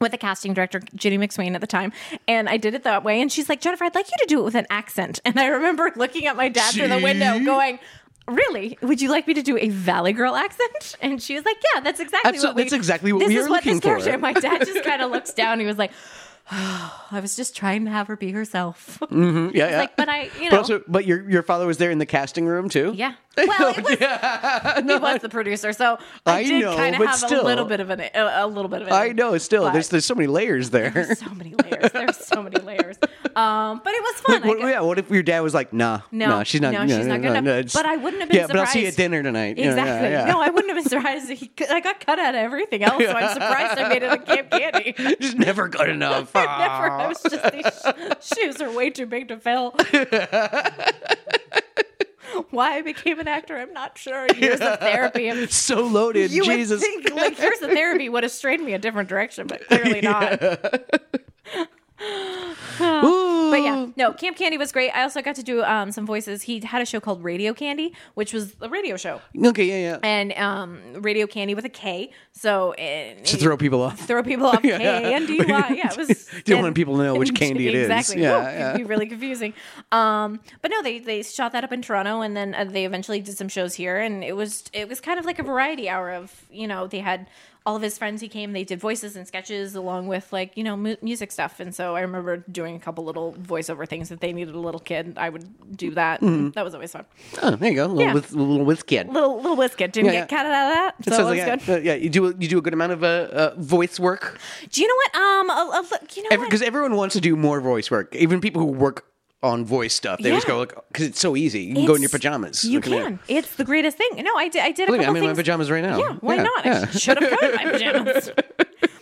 C: With the casting director Ginny McSwain at the time, and I did it that way. And she's like, "Jennifer, I'd like you to do it with an accent." And I remember looking at my dad through the window,
B: Gee.
C: going, "Really? Would you like me to do a Valley Girl accent?" And she was like, "Yeah, that's exactly."
B: Absolutely, that's exactly what
C: this
B: we
C: is
B: were
C: what
B: looking
C: this character.
B: for.
C: My dad just kind of looks down. He was like, oh, "I was just trying to have her be herself."
B: Yeah, yeah.
C: like, but I, you
B: But
C: know.
B: also, but your your father was there in the casting room too.
C: yeah. Well, it was, he was the producer, so I,
B: I
C: did
B: know,
C: kind of
B: but
C: have
B: still.
C: a little bit of an a, a little bit of an
B: I know. Still,
C: But-
B: there's there's so many layers there.
C: There's so many layers. There's so many layers. Um, but it was fun. I
B: What,
C: guess.
B: yeah, what if your dad was like, "Nah,
C: No,
B: nah, she's not,
C: no, she's not gonna-
B: it's-
C: but I wouldn't have been
B: Yeah, but I'll see you at
C: surprised.
B: dinner tonight. Yeah, yeah,
C: Exactly.
B: yeah.
C: No, I wouldn't have been surprised. If he, I got cut out of everything else, so I'm surprised I made it a Camp Candy.
B: just never good enough.
C: Never. I was just these sh- shoes are way too big to fill. Why I became an actor, I'm not sure. Years of therapy. I'm-
B: so loaded.
C: you
B: Jesus.
C: would think like years of therapy would have strayed me a different direction, but clearly not. But yeah, no, Camp Candy was great. I also got to do um, some voices. He had a show called Radio Candy, which was a radio show,
B: Okay, yeah, yeah.
C: and um, Radio Candy with a K. So and,
B: to throw people off.
C: throw people off K and D Y. Yeah, it was.
B: Didn't want people to know which
C: and-
B: candy it is.
C: Exactly.
B: Yeah,
C: Woo,
B: yeah.
C: It'd be really confusing. Um, but no, they they shot that up in Toronto, and then uh, they eventually did some shows here, and it was it was kind of like a variety hour of you know they had all of his friends who came. They did voices and sketches along with like you know mu- music stuff, and so I remember doing a couple little voiceover things that they needed a little kid. I would do that.
B: Mm-hmm.
C: That was always fun.
B: Oh, there you go. A little,
C: Yeah.
B: with, a little with kid.
C: Little little whiskey didn't
B: Yeah,
C: get
B: yeah.
C: cut out of that, so
B: Sounds
C: it was
B: like
C: good.
B: a- uh, yeah, you do a- you do a good amount of uh, uh, voice work
C: Do you know what? Um, a- a- you know what?
B: because everyone wants to do more voice work. Even people who work on voice stuff, they always
C: Yeah.
B: go like because it's so easy. You can go in your
C: It's-
B: pajamas.
C: You
B: Look at that.
C: can. It's the greatest thing. No, I did. I did a
B: Look,
C: couple
B: I'm in my
C: things-
B: pajamas right now.
C: Yeah, why
B: Yeah,
C: not?
B: yeah.
C: I should have gone in my pajamas.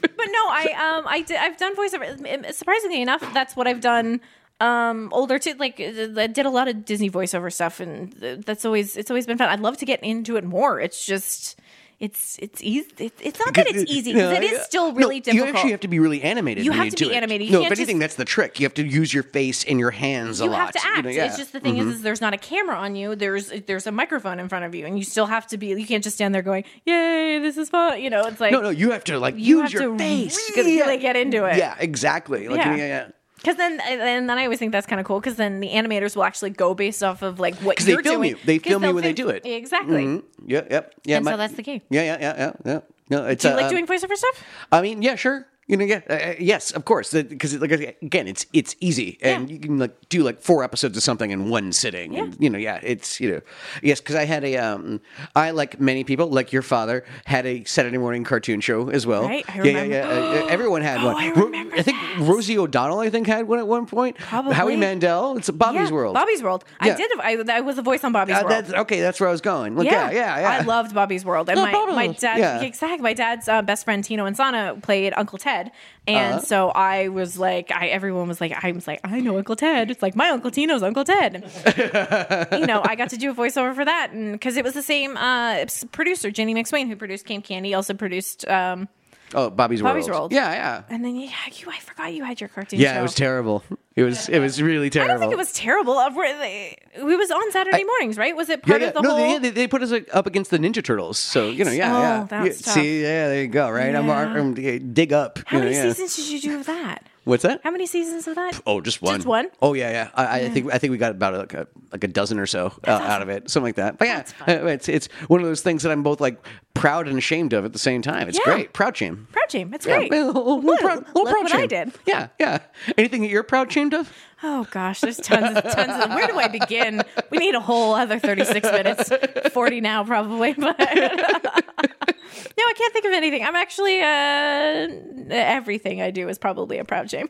C: but no, I um, I did. I've done voiceover. um, Surprisingly enough, that's what I've done. Um, older too. Like I did a lot of Disney voiceover stuff, and that's always it's always been fun. I'd love to get into it more. It's just. It's it's easy. It's it's not that it's easy because
B: No,
C: it is
B: yeah.
C: still
B: No,
C: really difficult.
B: You actually have to be really animated.
C: You
B: when
C: have
B: you
C: to
B: do
C: be
B: it.
C: animated. You
B: no,
C: can't
B: if anything, that's the trick. You have to use your face and your hands a
C: you
B: lot.
C: have to act.
B: know, yeah. Mm-hmm.
C: It's just the thing is, is there's not a camera on you. There's there's a microphone in front of you, and you still have to be. You can't just stand there going, "Yay, this is fun." You know, it's like
B: no, no. You have to like
C: you
B: use
C: have
B: your
C: to
B: face.
C: really
B: Yeah.
C: get into it.
B: Yeah, exactly. Like,
C: Yeah.
B: yeah, yeah.
C: Because then, and then I always think that's kind of cool. Because then the animators will actually go based off of like what
B: 'Cause
C: you're
B: they film
C: doing.
B: you. They
C: 'Cause
B: film you
C: they'll
B: when they do
C: film-
B: it.
C: Exactly.
B: Mhm. Yep, yep, yeah.
C: And so that's the key.
B: Yeah, yeah, yeah, yeah, yeah. No, it's
C: Do you
B: uh,
C: like
B: um,
C: doing voiceover stuff?
B: I mean, yeah, sure. You know, yeah, uh, uh, yes, of course. Because like again, it's it's easy, and
C: Yeah.
B: you can like do like four episodes of something in one sitting. And, you know, yeah, it's you know, yes. Because I had a, um, I like many people, like your father, had a Saturday morning cartoon show as well.
C: Right, I
B: yeah, yeah,
C: remember. Oh,
B: yeah. uh, uh, everyone had one.
C: I
B: Ro-
C: remember
B: I think
C: that.
B: Rosie O'Donnell, I think, had one at one point.
C: Probably.
B: Howie Mandel. It's Bobby's World.
C: Bobby's World. I
B: Yeah.
C: did. I, I was a voice on Bobby's
B: Uh,
C: World.
B: that's, okay, that's where I was going. Look, yeah, yeah, yeah.
C: I loved Bobby's World, and
B: No
C: my,
B: problem.
C: my dad,
B: Yeah.
C: exactly, my dad's uh, best friend Tino Insana played Uncle Ted, and
B: Uh-huh.
C: so I was like, I everyone was like, I was like, I know Uncle Ted. It's like my Uncle Tino's Uncle Ted. you know, I got to do a voiceover for that, and because it was the same uh, s- producer, Jenny McSwain, who produced Camp Candy, also produced. Um,
B: Oh, Bobby's,
C: Bobby's
B: World.
C: World.
B: Yeah, yeah.
C: and then yeah, you, I forgot you had your cartoon.
B: Yeah,
C: show.
B: it was terrible. It was it was really
C: I
B: terrible.
C: don't think it was terrible. Uh, were they- It was on Saturday mornings, right? Was it
B: Yeah,
C: part
B: yeah.
C: of the
B: no,
C: whole?
B: they, they, they put us like, up against the Ninja Turtles, so you know, yeah,
C: Oh,
B: yeah.
C: that's
B: Yeah,
C: tough.
B: See, yeah, there you go, right? I'm,
C: Yeah.
B: I'm, i dig up.
C: How
B: you know,
C: many
B: yeah.
C: seasons did you do of that?
B: What's that?
C: How many seasons of that?
B: Oh, just one.
C: Just one?
B: Oh yeah, yeah. I, I think I think we got about like a like a dozen or so uh, out of it, something like that. But yeah, uh, it's it's one of those things that I'm both like proud and ashamed of at the same time. It's
C: Yeah.
B: great. Proud shame.
C: Proud shame. It's
B: Yeah,
C: great.
B: a little, little
C: Look,
B: proud, little
C: look
B: proud
C: what
B: shame.
C: I did.
B: Yeah, yeah. Anything that you're proud shamed of?
C: Oh gosh, there's tons of tons of where do I begin? We need a whole other 36 minutes. 40 now probably, but No, I can't think of anything. I'm actually uh everything I do is probably a proud shame.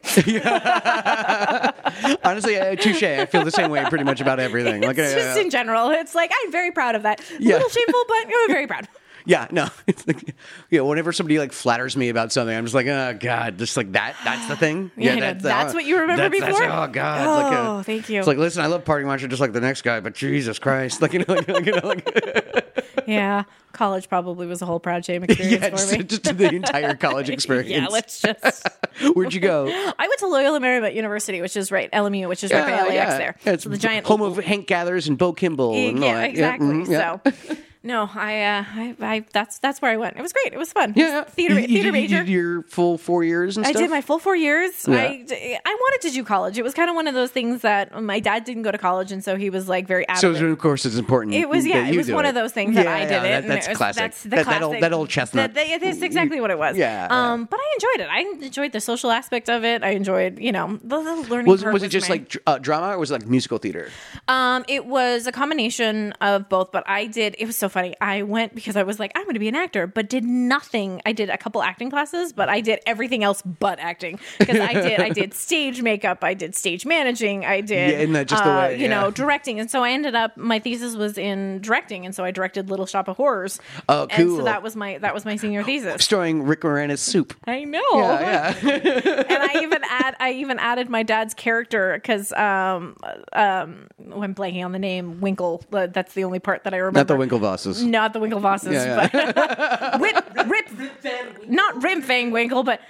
B: Honestly, uh, touche. I feel the same way pretty much about everything. Like,
C: it's
B: uh,
C: just in general. It's like I'm very proud of that.
B: Yeah.
C: Little shameful, but I'm very proud.
B: yeah, no. It's like, you know, whenever somebody like flatters me about something, I'm just like, oh god, just like that. That's the thing.
C: I know. That's what you remember
B: that's- that's-
C: before?
B: oh god. like, uh,
C: Oh, thank you.
B: It's like, listen, I love party watcher just like the next guy, but Jesus Christ, like you know, like, you know, like
C: Yeah. College probably was a whole proud shame experience
B: yeah,
C: for me.
B: just, just the entire college experience.
C: Yeah, let's just
B: Where'd you go?
C: I went to Loyola Marymount University, which is right LMU, which is right by LAX there.
B: It's
C: so the giant
B: home of Hank Gathers and Bo Kimball.
C: Yeah,
B: and all that.
C: exactly.
B: mhm, yeah.
C: So, no, I, uh, I, I, that's that's where I went. It was great. It was fun.
B: Yeah, yeah.
C: theater,
B: You- you
C: theater
B: did-
C: major.
B: You did your full four years and
C: I
B: stuff.
C: did my full four years.
B: Yeah.
C: I, I wanted to do college. It was kind of one of those things that my dad didn't go to college, and so he was like very
B: So
C: adamant.
B: it was, of course, it's important.
C: it was
B: that
C: yeah. It
B: you
C: was
B: do
C: one
B: it.
C: of those things that
B: Yeah,
C: I did
B: yeah,
C: it. and
B: That, that's
C: it was-
B: classic.
C: That's the
B: that,
C: classic.
B: That old, that old chestnut.
C: That- that- that's exactly what it was.
B: Yeah, yeah.
C: Um. But I enjoyed it. I enjoyed the social aspect of it. I enjoyed, you know, the, the learning.
B: was
C: part
B: was it just
C: my-
B: like dr- uh, drama or was it like musical theater?
C: Um, it was a combination of both, but I did. It was so funny. I went because I was like, I'm going to be an actor, but did nothing. I did a couple acting classes, but I did everything else but acting because I did. I did stage makeup. I did stage managing. I did.
B: Yeah, isn't that just the
C: uh,
B: way-
C: you
B: yeah.
C: know directing? And so I ended up. My thesis was in directing, and so I directed Little Shop of Horrors.
B: Oh,
C: And
B: cool.
C: so that was my that was my senior thesis.
B: Starring Rick Moranis soup.
C: I know
B: Yeah, yeah.
C: and I even add I even added my dad's character because um um I'm blanking on the name Winkle. Uh, That's the only part that I remember.
B: Not the Winklevosses.
C: Not the Winklevosses,
B: Yeah,
C: but Rip, Rip, not Rimfang Winkle, but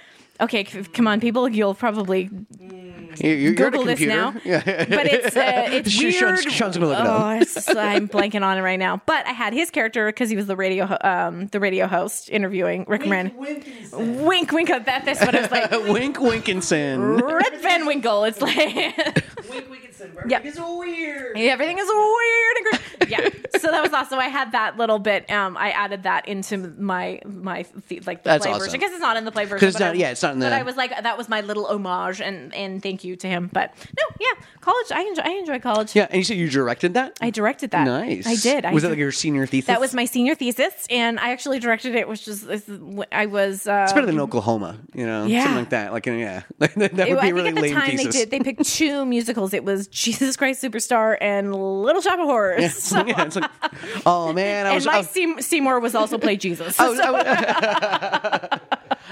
C: okay, c- come on, people, you'll probably
B: You- you- you're at a
C: Google this
B: computer.
C: now.
B: Yeah.
C: But it's uh, it's
B: Sure,
C: weird.
B: Sean's- Sean's gonna look it up.
C: Oh, it's just- I'm blanking on it right now. But I had his character because he was the radio ho- um the radio host interviewing Rick Moran. Wink, wink, wink. That that's what I was like.
B: Wink Winkinson.
C: Rip Van Winkle. It's like.
E: Wink Wickinson.
C: Yeah.
E: It's weird.
C: Yeah, everything is weird and cr- yeah so that was awesome i had that little bit um i added that into my my the- like the
B: That's
C: play
B: awesome.
C: version because it's not in the play version
B: 'Cause it's
C: but I-
B: not- yeah, it's not in
C: but
B: the-
C: i was like that was my little homage and and thank you to him but no yeah college i enjoy i enjoy college
B: Yeah, and you said you directed that?
C: i directed that
B: Nice.
C: i did I
B: was
C: did.
B: that like your senior thesis?
C: that was my senior thesis and i actually directed it which is is- i was uh
B: It's better than Oklahoma, you know,
C: Yeah.
B: something like that. Like, yeah, that would be
C: it- I
B: a
C: think
B: really
C: at the
B: lame
C: time
B: thesis.
C: they did they picked two musicals. It was Jesus Christ Superstar and Little Shop of Horrors. So-
B: yeah, it's like, oh man, I
C: and
B: was, I,
C: Mike
B: was-
C: Seym- Seymour was also played Jesus.
B: I was, I was-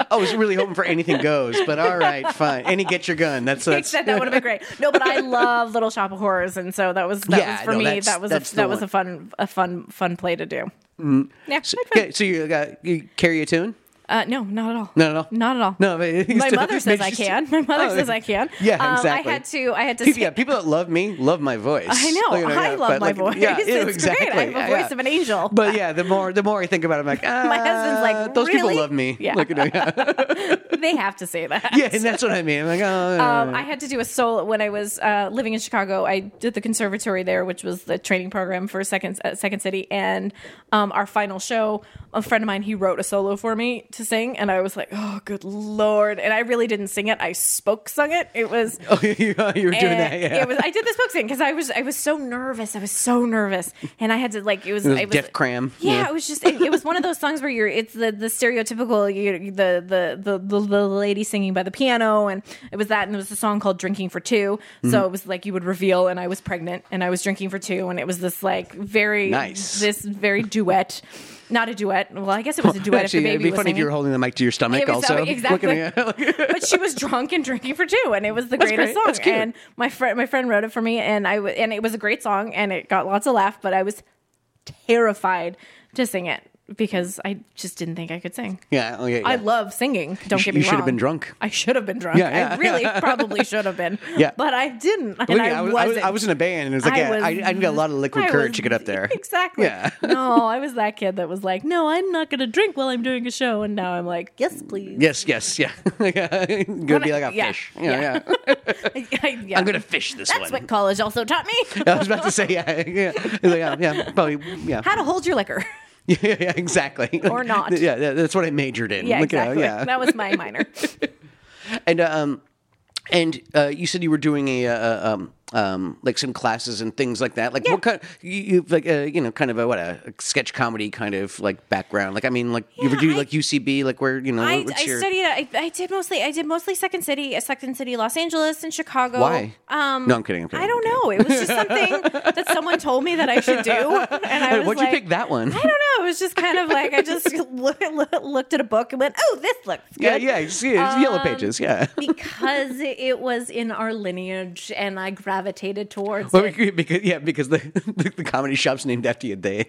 B: I was really hoping for anything goes, but all right, fine. Any get your gun. That's that's
C: Except that would have been great. No, but I love Little Shop of Horrors, and so that was that
B: Yeah,
C: was for
B: no,
C: me.
B: that's-
C: That was
B: that's
C: a,
B: the
C: that was
B: one.
C: a fun a fun fun play to do. Yeah, I had fun.
B: Okay, so you got you carry a tune?
C: Uh, no, not at all.
B: Not at all?
C: Not at all.
B: No, but
C: My mother says I can. My mother
B: Oh.
C: says I can.
B: Yeah,
C: Um,
B: exactly.
C: I had to. I had to.
B: People,
C: say-
B: yeah, people that love me love my voice.
C: I know.
B: Like,
C: I
B: yeah,
C: love
B: but,
C: my
B: like,
C: voice.
B: Yeah,
C: It's
B: ew,
C: great.
B: exactly.
C: I have a
B: yeah,
C: voice
B: yeah.
C: of an angel.
B: But yeah, the more the more I think about it, I'm like, ah,
C: My husband's like,
B: those people
C: "Really?"
B: love me.
C: Yeah.
B: Like, you know, yeah.
C: they have to say that.
B: yeah, and that's what I mean. I'm like, oh,
C: Um, I had to do a solo when I was uh, living in Chicago. I did the conservatory there, which was the training program for Second uh, Second City. And um, our final show, a friend of mine he wrote a solo for me to sing, and I was like, "Oh, good lord!" And I really didn't sing it. I spoke sung it. It was
B: oh, you, you were doing that.
C: and
B: Yeah,
C: It was. I did the spoke thing because I was. I was so nervous. I was so nervous, and I had to like. It was.
B: It was
C: I
B: Def Cram.
C: Yeah,
B: Yeah.
C: it was just. It, it was one of those songs where you're. It's the the stereotypical. You, the, the the the the lady singing by the piano, and it was that, and it was a song called "Drinking for 2
B: Mm-hmm.
C: So it was like you would reveal, and I was pregnant, and I was drinking for two, and it was this like very
B: Nice.
C: this very duet. Not a duet. Well, I guess it was a duet.
B: Actually,
C: if the baby
B: it'd be
C: was
B: funny if
C: singing.
B: you were holding the mic to your stomach.
C: It was-
B: Also,
C: exactly.
B: Looking at-
C: but she was drunk and drinking for two, and it was the greatest
B: great.
C: song.
B: That's cute.
C: And my friend, my friend wrote it for me, and I w- and it was a great song, and it got lots of laugh. But I was terrified to sing it because I just didn't think I could sing.
B: yeah, oh, yeah, yeah.
C: I love singing. Don't
B: sh-
C: get me
B: you
C: wrong.
B: should have been drunk.
C: I should have been drunk.
B: Yeah, yeah,
C: I really
B: yeah.
C: probably should have been.
B: Yeah.
C: but I didn't, and
B: Well, Oh, yeah,
C: I,
B: was, I, was,
C: wasn't.
B: I was in a band, and it was like,
C: I
B: yeah,
C: was-
B: I, I need a lot of liquid
C: I
B: courage
C: was-
B: to get up there.
C: Exactly.
B: Yeah.
C: no, I was that kid that was like, "No, I'm not going to drink while I'm doing a show," and now I'm like, "Yes, please."
B: Yes, yes, yeah. gonna
C: When
B: be
C: I-
B: like a
C: yeah,
B: fish. Yeah, yeah.
C: I- yeah.
B: I'm gonna fish this
C: That's
B: one.
C: what college also taught me.
B: I was about to say, oh, yeah, yeah, yeah, yeah, probably, yeah.
C: how to hold your liquor.
B: Yeah, yeah, exactly.
C: Or not.
B: Yeah, yeah, that's what I majored in.
C: Yeah,
B: Look at how-
C: exactly.
B: yeah.
C: That was my minor.
B: and um, and uh, you said you were doing a uh, um, um, like some classes and things like that. Like what kind? You, you like uh, you know kind of a what a sketch comedy kind of like background. Like I mean, like you ever
C: Yeah,
B: do
C: I-
B: like UCB? Like where you know?
C: I,
B: what's
C: I
B: your-
C: studied. I, I did mostly. I did mostly Second City, uh, Second City, Los Angeles, and Chicago.
B: Why?
C: Um,
B: No, I'm kidding, I'm kidding,
C: I don't
B: I'm
C: know. It was just something that someone told me that I should do, and I was
B: Why'd
C: like,
B: you pick that one?
C: I don't know. It was just kind of like I just loo- loo- looked at a book and went, "Oh, this looks good."
B: Yeah, yeah, it's, it's yellow
C: Um,
B: pages. Yeah.
C: because it was in our lineage, and I gravitated towards
B: Well,
C: it.
B: we- because yeah, because the, the comedy shop's named after you. They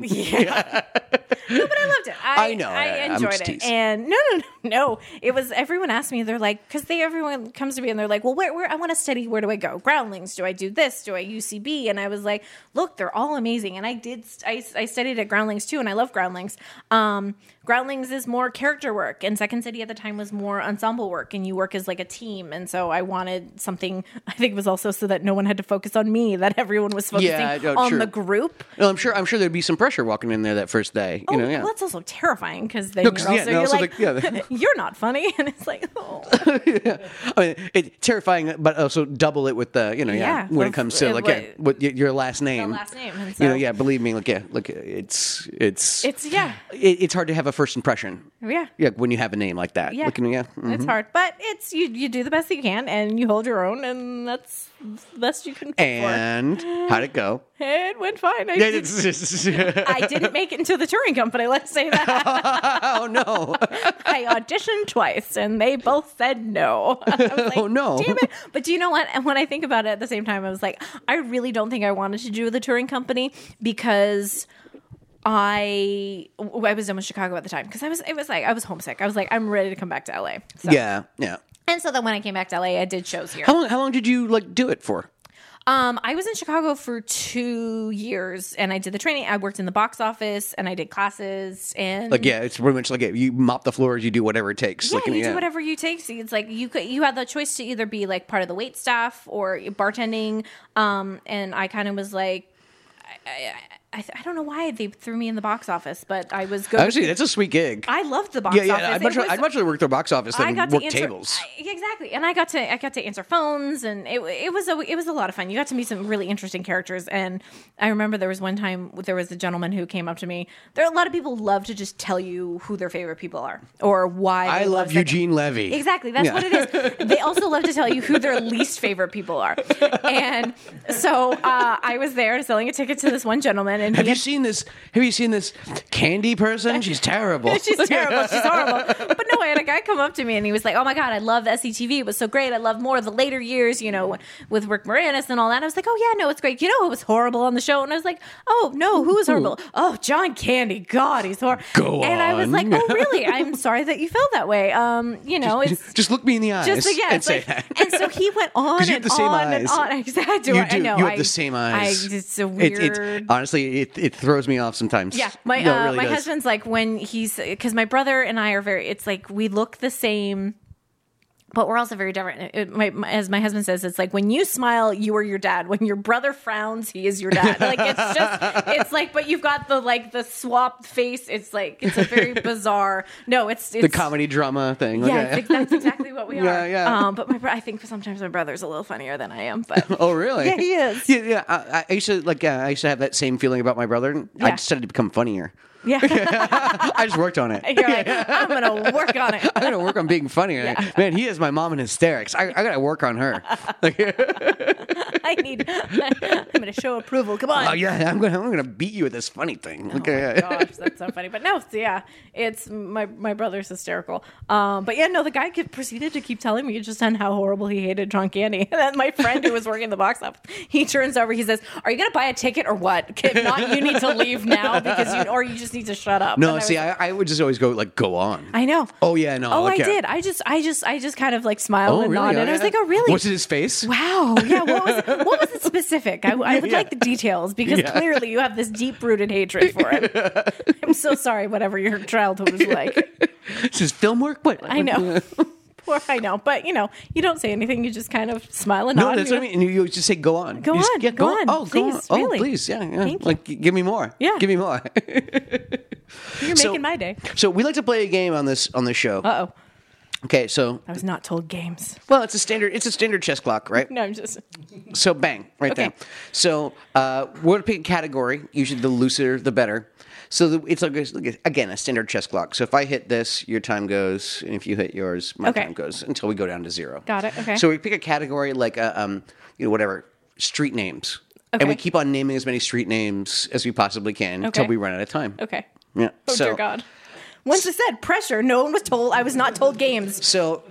C: I loved it. I,
B: I know,
C: I
B: I- I'm
C: enjoyed
B: just
C: it.
B: teasing.
C: And no, no, no, no. It was everyone asked me. They're like, because they everyone comes to me and they're like, well, where, where I want to study. Where do I go? Groundlings. Do I do this? Do I UCB? And I was like, look, they're all amazing. And I did. st- I, I studied at Groundlings too, and I love Groundlings. Um, Groundlings is more character work, and Second City at the time was more ensemble work, and you work as like a team. And so I wanted something. I think it was also so that no one had to focus on me. That everyone was focusing
B: Yeah, no,
C: on
B: true.
C: the group.
B: No, I'm sure. I'm sure there'd be some pressure walking in there that first day. You
C: Oh,
B: know, yeah.
C: well, that's also terrifying because then
B: No, 'cause,
C: you're
B: yeah,
C: also,
B: no,
C: you're
B: also
C: like,
B: the- yeah,
C: you're not funny, and it's like, oh,
B: I mean, it's terrifying, but also double it with the you know, yeah.
C: Yeah,
B: when it
C: with-
B: comes to
C: uh,
B: like
C: what-
B: yeah, what, y your last name,
C: last name, and
B: you know,
C: so-
B: yeah. Believe me, like yeah, like it's it's
C: it's yeah,
B: it, it's hard to have a first impression.
C: yeah,
B: Yeah, when you have a name like that.
C: yeah.
B: Like, you know, yeah. mhm.
C: It's hard, but it's you. You do the best that you can, and you hold your own, and that's the best you can. hope for.
B: And how'd it go?
C: it went fine. I,
B: Yeah,
C: did,
B: it's- it's- it's-
C: I didn't make it into the touring company. Let's say that
B: oh no!
C: I auditioned twice, and they both said no. I was like,
B: Oh, no.
C: damn it. But do you know what? And when I think about it, at the same time, I was like, I really don't think I wanted to do the touring company because I w- I was done with Chicago at the time because I was it was like I was homesick. I was like I'm ready to come back to LA. So,
B: Yeah, yeah.
C: And so then when I came back to LA, I did shows here.
B: How long? How long did you like do it for?
C: Um, I was in Chicago for two years, and I did the training. I worked in the box office, and I did classes, and
B: Like, yeah, it's pretty much like you mop the floors, you do whatever it takes.
C: Yeah,
B: like,
C: you
B: know,
C: do whatever you take. So it's like you could you had the choice to either be like part of the wait staff or bartending. Um, and I kind of was like, I, I, I, I don't know why they threw me in the box office, but I was good.
B: Actually, that's a sweet gig.
C: I loved the box
B: yeah, yeah.
C: office.
B: I'd much,
C: It was-
B: rather, I'd much rather work the box office
C: I
B: than
C: got to
B: work
C: answer
B: tables.
C: I- exactly, and I got to I got to answer phones, and it it was a it was a lot of fun. You got to meet some really interesting characters, and I remember there was one time there was a gentleman who came up to me. There a lot of people love to just tell you who their favorite people are or why.
B: I,
C: they
B: love
C: second-
B: Eugene Levy.
C: Exactly. That's
B: Yeah.
C: what it is. They also love to tell you who their least favorite people are. And so uh, I was there selling a ticket to this one gentleman, and
B: Have
C: he
B: you seen this? Have you seen this candy person? She's terrible.
C: She's terrible. She's horrible. But no, I had a guy come up to me and he was like, "Oh my god, I love SCTV. It was so great. I love more of the later years, you know, with Rick Moranis and all that." I was like, "Oh yeah, no, it's great. You know, who was horrible on the show." And I was like, "Oh no, who was horrible? Oh, John Candy. God, he's horrible."
B: Go
C: And I was
B: on.
C: like, "Oh really? I'm sorry that you felt that way. Um, you know, it's."
B: Just look me in the eyes
C: Just like, yeah,
B: and
C: it's
B: say
C: like,
B: that.
C: and so he went
B: 'Cause
C: on and
B: you have the same
C: on and
B: eyes.
C: on. Exactly.
B: you
C: I
B: do.
C: know.
B: you have
C: I-
B: the same eyes.
C: I, it's a
B: It-
C: weird.
B: it's- honestly, it, it throws me off sometimes.
C: Yeah, my
B: No, it
C: uh,
B: really
C: my
B: does.
C: husband's like when he's because my brother and I are very. It's like we look the same, but we're also very different. It- my, my- as my husband says, it's like when you smile, you are your dad. When your brother frowns, he is your dad. Like it's just, it's like, but you've got the like the swap face. It's like it's a very bizarre. No, it's, it's
B: The comedy drama thing.
C: Yeah,
B: okay.
C: it's- that's exactly what we are.
B: Yeah, yeah.
C: Um, but my bro- I think sometimes my brother's a little funnier than I am. But
B: Oh really?
C: Yeah, he is.
B: Yeah, yeah. I, I used to like. Uh, I used to have that same feeling about my brother. I
C: Yeah.
B: just started to become funnier.
C: yeah,
B: I just worked on it.
C: you're like, I'm gonna work on it.
B: I'm gonna work on being funnier. Man, he is my mom in hysterics. I, I gotta work on her.
C: I need. I'm gonna show approval. Come on.
B: oh yeah, I'm gonna I'm gonna beat you with this funny thing. Okay.
C: Oh my gosh, that's so funny. But no, it's- yeah, it's my my brother's hysterical. Um, but yeah, no, the guy kept, proceeded to keep telling me just on how horrible he hated John Candy. And then my friend who was working the box office, he turns over, he says, "Are you going to buy a ticket or what? If not, you need to leave now because you or you just need to shut up."
B: No,
C: And I
B: see,
C: was-
B: I, I would just always go like, go on.
C: I know.
B: Oh yeah, no.
C: Oh,
B: okay.
C: I did. I just, I just, I just kind of like smiled
B: Oh
C: and
B: really?
C: nodded. I was
B: yeah.
C: like, "Oh, really?"
B: What's his face?
C: Wow. Yeah. What was what was it specific? I, I would like the details because
B: Yeah.
C: clearly you have this deep rooted hatred for it. I'm so sorry. Whatever your childhood was like,
B: It's his film work. What?
C: I know. Poor, I know. But you know, you don't say anything. You just kind of smile and
B: No,
C: nod.
B: that's what I mean. And you- you just say, go on.
C: Go
B: You just-
C: on,
B: yeah,
C: go on,
B: Oh, go on.
C: please,
B: Oh,
C: really.
B: please. Yeah. yeah.
C: Thank you.
B: Like, g- give me more.
C: Yeah.
B: Give me more.
C: You're
B: So-
C: making my day.
B: So we like to play a game on this on this show.
C: Uh oh.
B: okay, so
C: I was not told games.
B: well, it's a standard it's a standard chess clock, right?
C: No, I'm just.
B: So bang, right
C: Okay.
B: there. So uh, we're to pick a category. Usually, the looser, the better. So the, it's like it's like, again a standard chess clock. So if I hit this, your time goes, and if you hit yours, my
C: Okay.
B: time goes until we go down to zero.
C: Got it, okay.
B: So we pick a category like uh, um you know whatever street names, and we
C: Okay.
B: keep on naming as many street names as we possibly can until
C: Okay.
B: we run out of time.
C: Okay.
B: Yeah.
C: Oh,
B: so,
C: dear God. Once it said pressure, no one was told. I was not told games.
B: So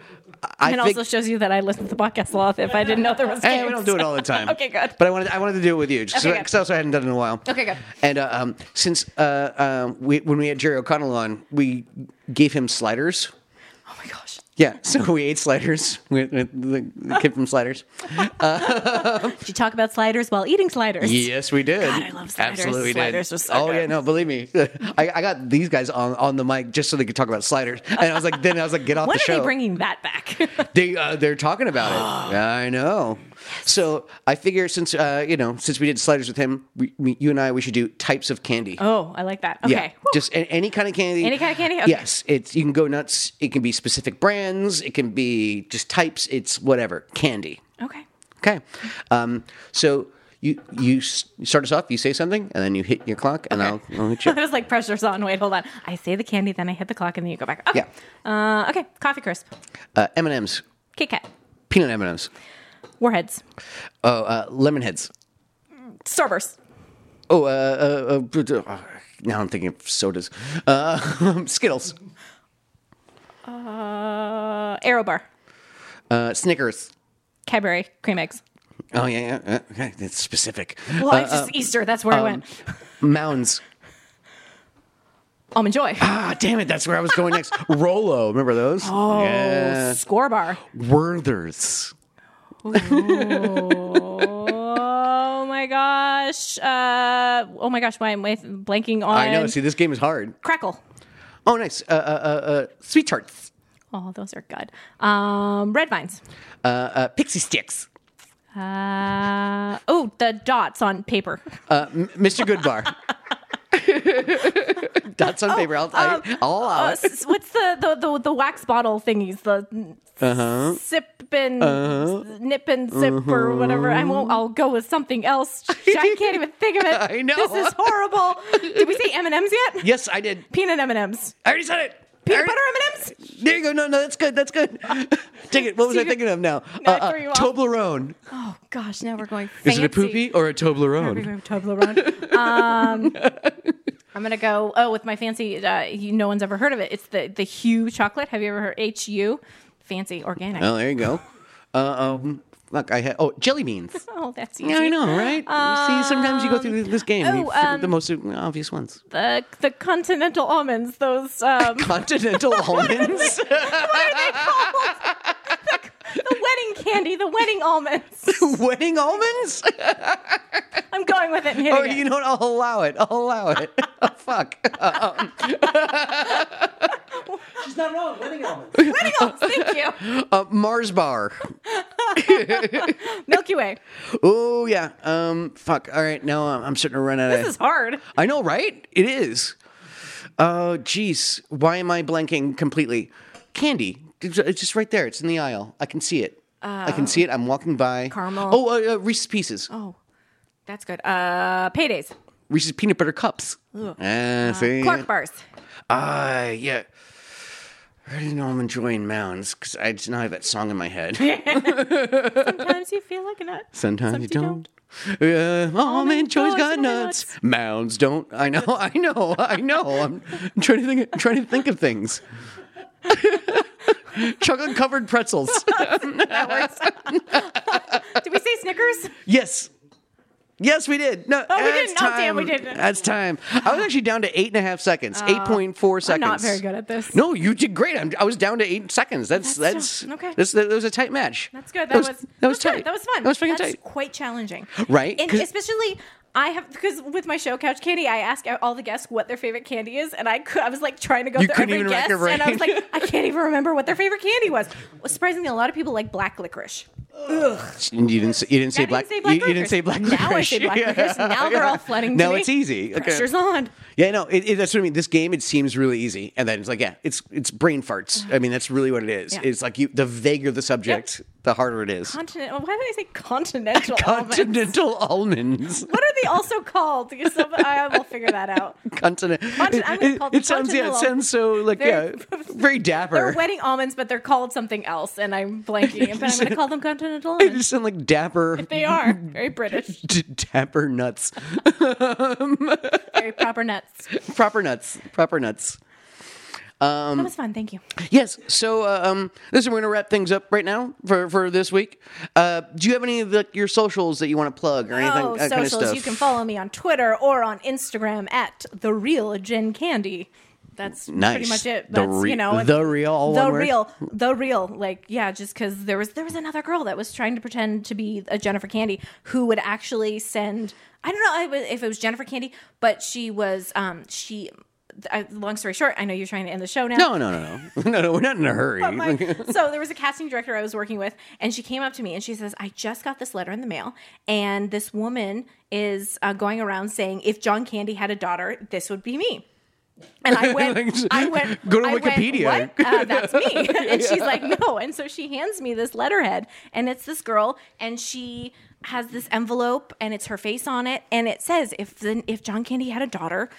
B: I
C: And it
B: think,
C: also shows you that I listened to the podcast a lot if I didn't know there was games.
B: Hey, we don't do it all the time.
C: Okay, good.
B: But I wanted I wanted to do it with you because
C: Okay, good.
B: I also hadn't done it in a while.
C: Okay, good.
B: And uh, um, since uh, um, we, when we had Jerry O'Connell on, we gave him sliders.
C: Oh my gosh.
B: Yeah, so we ate sliders. We, we, the the kid from Sliders.
C: Did you talk about sliders while eating sliders?
B: Yes, we did.
C: God, I love sliders.
B: Absolutely
C: Sliders
B: did.
C: was so
B: oh
C: good.
B: yeah, no, believe me, I, I got these guys on, on the mic just so they could talk about sliders, and I was like, then I was like, get off
C: When
B: the
C: are
B: show.
C: they bringing that back?
B: They uh, they're talking about it. I know. So I figure since uh, you know since we did sliders with him, we, we, you and I we should do types of candy.
C: oh, I like that. Okay.
B: Yeah,
C: Whew.
B: just a- any kind of candy.
C: Any kind of candy? Okay.
B: Yes, it's you can go nuts. It can be specific brands. It can be just types. It's whatever candy.
C: okay.
B: Okay, um, so you you s- you start us off. You say something, and then you hit your clock, and I'll, I'll hit you.
C: That was like pressure's on. Wait, hold on. I say the candy, then I hit the clock, and then you go back. Okay. Uh, okay. Coffee crisp,
B: Uh, M and M's,
C: Kit Kat,
B: peanut M and M's,
C: Warheads,
B: oh uh, lemon heads.
C: Starburst,
B: Oh, uh, uh, uh, br- br- uh, now I'm thinking of sodas. Uh, Skittles,
C: uh, Aero Bar,
B: uh, Snickers.
C: Cadbury cream eggs.
B: Oh yeah, yeah, yeah. Okay, that's specific.
C: Well,
B: Uh,
C: it's just Easter. That's
B: um,
C: where I went.
B: Mounds.
C: Almond Joy.
B: Ah, damn it, that's where I was going next. Rolo, remember those? Oh, yeah.
C: Score Bar.
B: Werthers.
C: Oh my gosh. Uh, oh my gosh. Why am I blanking on?
B: I know. See, this game is hard.
C: Crackle.
B: Oh, nice. Uh, uh, uh, uh, sweet tarts.
C: Oh, those are good. Um, red vines.
B: Uh, uh, pixie sticks.
C: Uh, oh, the dots on paper.
B: Uh, M- Mr. Goodbar. Dots on paper. I'll, I, all
C: Uh,
B: out.
C: s- what's the, the the the wax bottle thingies? The
B: Uh-huh.
C: sip and s- nip and sip or whatever. I won't. I'll go with something else. I can't even think of it.
B: I know.
C: this is horrible. Did we say M and M's yet?
B: yes, I did.
C: Peanut M and M's.
B: I already said it. I
C: Peanut
B: already-
C: butter M and M's.
B: There you go. No, no, that's good. That's good. Take it. What was I
C: Steven-
B: thinking of now? Uh,
C: No, I threw you off.
B: Toblerone.
C: Oh gosh, now we're going. Fancy.
B: Is it a poopy or a
C: We're
B: Toblerone?
C: going Toblerone. um, I'm gonna go. Oh, with my fancy. Uh, you, no one's ever heard of it. It's the the Hue chocolate. Have you ever heard H U? Fancy organic.
B: Oh, there you go. Uh, um, look, I had. Oh, jelly beans.
C: Oh, that's easy.
B: Yeah, I know, right? See, sometimes you go through this game, and you
C: Uh, oh,
B: forget
C: um,
B: the most obvious ones.
C: the the continental almonds. Those um,
B: Continental almonds.
C: the wedding candy, the wedding almonds.
B: Wedding almonds?
C: I'm going with it. And hitting
B: Oh,
C: it.
B: you know what? I'll allow it. I'll allow it. Oh, fuck.
E: She's not wrong. Wedding almonds.
C: wedding almonds. Thank you.
B: Uh, Mars bar.
C: Milky Way.
B: Oh, yeah. Um, fuck. All right, now I'm, I'm starting to run out
C: This
B: of.
C: is hard.
B: I know, right? It is. Oh, jeez. Why am I blanking completely? Candy. It's it's just right there. It's in the aisle. I can see it. I can see it. I'm walking by.
C: Caramel.
B: Oh, uh, uh, Reese's Pieces.
C: That's good. Uh, paydays.
B: Reese's peanut butter cups. Ah, see?
C: Clark bars.
B: Ah, yeah. I already know I'm enjoying mounds because I just now have that song in my head.
C: Sometimes you feel like a nut.
B: Sometimes you
C: Sometimes you
B: don't. Yeah, almond joy's got nuts. Mounds don't. I know. I know. I know. I'm trying to think. I'm trying to think of things. Chocolate covered pretzels.
C: That works. Did we say Snickers?
B: Yes. Yes, we did. No,
C: Oh, we
B: that's
C: didn't. Oh,
B: Time.
C: damn, we didn't. Uh,
B: That's time. I was actually down to eight and a half seconds. eight point four
C: I'm
B: seconds.
C: not very good at this.
B: No, you did great. I'm, I was down to eight seconds. That's that's,
C: That's still- okay.
B: That's, that was a tight match.
C: That's good. That, was,
B: that was
C: good.
B: tight.
C: That was fun.
B: That was freaking
C: That's
B: tight.
C: Quite challenging,
B: Right?
C: And
B: 'Cause-
C: especially I have because with my show couch candy, I ask all the guests what their favorite candy is, and I could, I was like trying to go
B: You
C: through
B: couldn't
C: every
B: even rack
C: guest,
B: your
C: and I was
B: brain.
C: like, I can't even remember what their favorite candy was. Well, surprisingly, a lot of people like black licorice.
B: You didn't. say- You didn't say
C: I
B: black.
C: didn't say
B: you-
C: black
B: you, didn't
C: licorice.
B: say black.
C: Now I
B: licorice.
C: say black licorice. and Now they're all flooding.
B: Now
C: to
B: it's
C: me.
B: easy. Okay.
C: Pressure's on.
B: Yeah, no, it, it, that's what I mean. This game, it seems really easy, and then it's like, yeah, it's it's brain farts. I mean, that's really what it is.
C: Yeah.
B: It's like you, the vaguer the subject, the harder it is.
C: Continent. Why did I say continental? almonds?
B: Continental almonds.
C: What are they also called? Because some- I will figure that out.
B: Continent.
C: Contin- I'm gonna
B: it,
C: call
B: it
C: them
B: sounds yeah, it
C: continental.
B: sounds so like
C: They're-
B: yeah, very
C: They're
B: dapper.
C: wedding almonds, but they're called something else, and I'm blanking. But I'm going to call them continental
B: They
C: almonds.
B: just sound like dapper,
C: They are very British,
B: d- dapper nuts.
C: very proper nuts.
B: proper nuts. Proper nuts.
C: that was fun. Thank you.
B: Yes. So, uh, um, listen, we're gonna wrap things up right now for for this week. Uh, do you have any of like your socials that you want to plug or anything?
C: oh,
B: that kind of
C: socials.
B: stuff?
C: You can follow me on Twitter or on Instagram at the real Jen Candy. That's
B: Nice.
C: pretty much it.
B: The
C: That's
B: re-
C: you know
B: the real, all
C: the
B: one word?
C: real, the real. Like yeah, just because there was there was another girl that was trying to pretend to be a Jennifer Candy who would actually send. I don't know I- if it was Jennifer Candy, but she was um she. I, long story short, I know you're trying to end the show now.
B: No, no, no, no, no, no. We're not in a hurry.
C: But my- so there was a casting director I was working with, and she came up to me and she says, "I just got this letter in the mail, and this woman is uh, going around saying if John Candy had a daughter, this would be me." And I went, I went,
B: Go to
C: I went,
B: Wikipedia.
C: what? Uh, that's me. and she's like, no. And so she hands me this letterhead, and it's this girl, and she has this envelope, and it's her face on it, and it says, if then if John Candy had a daughter,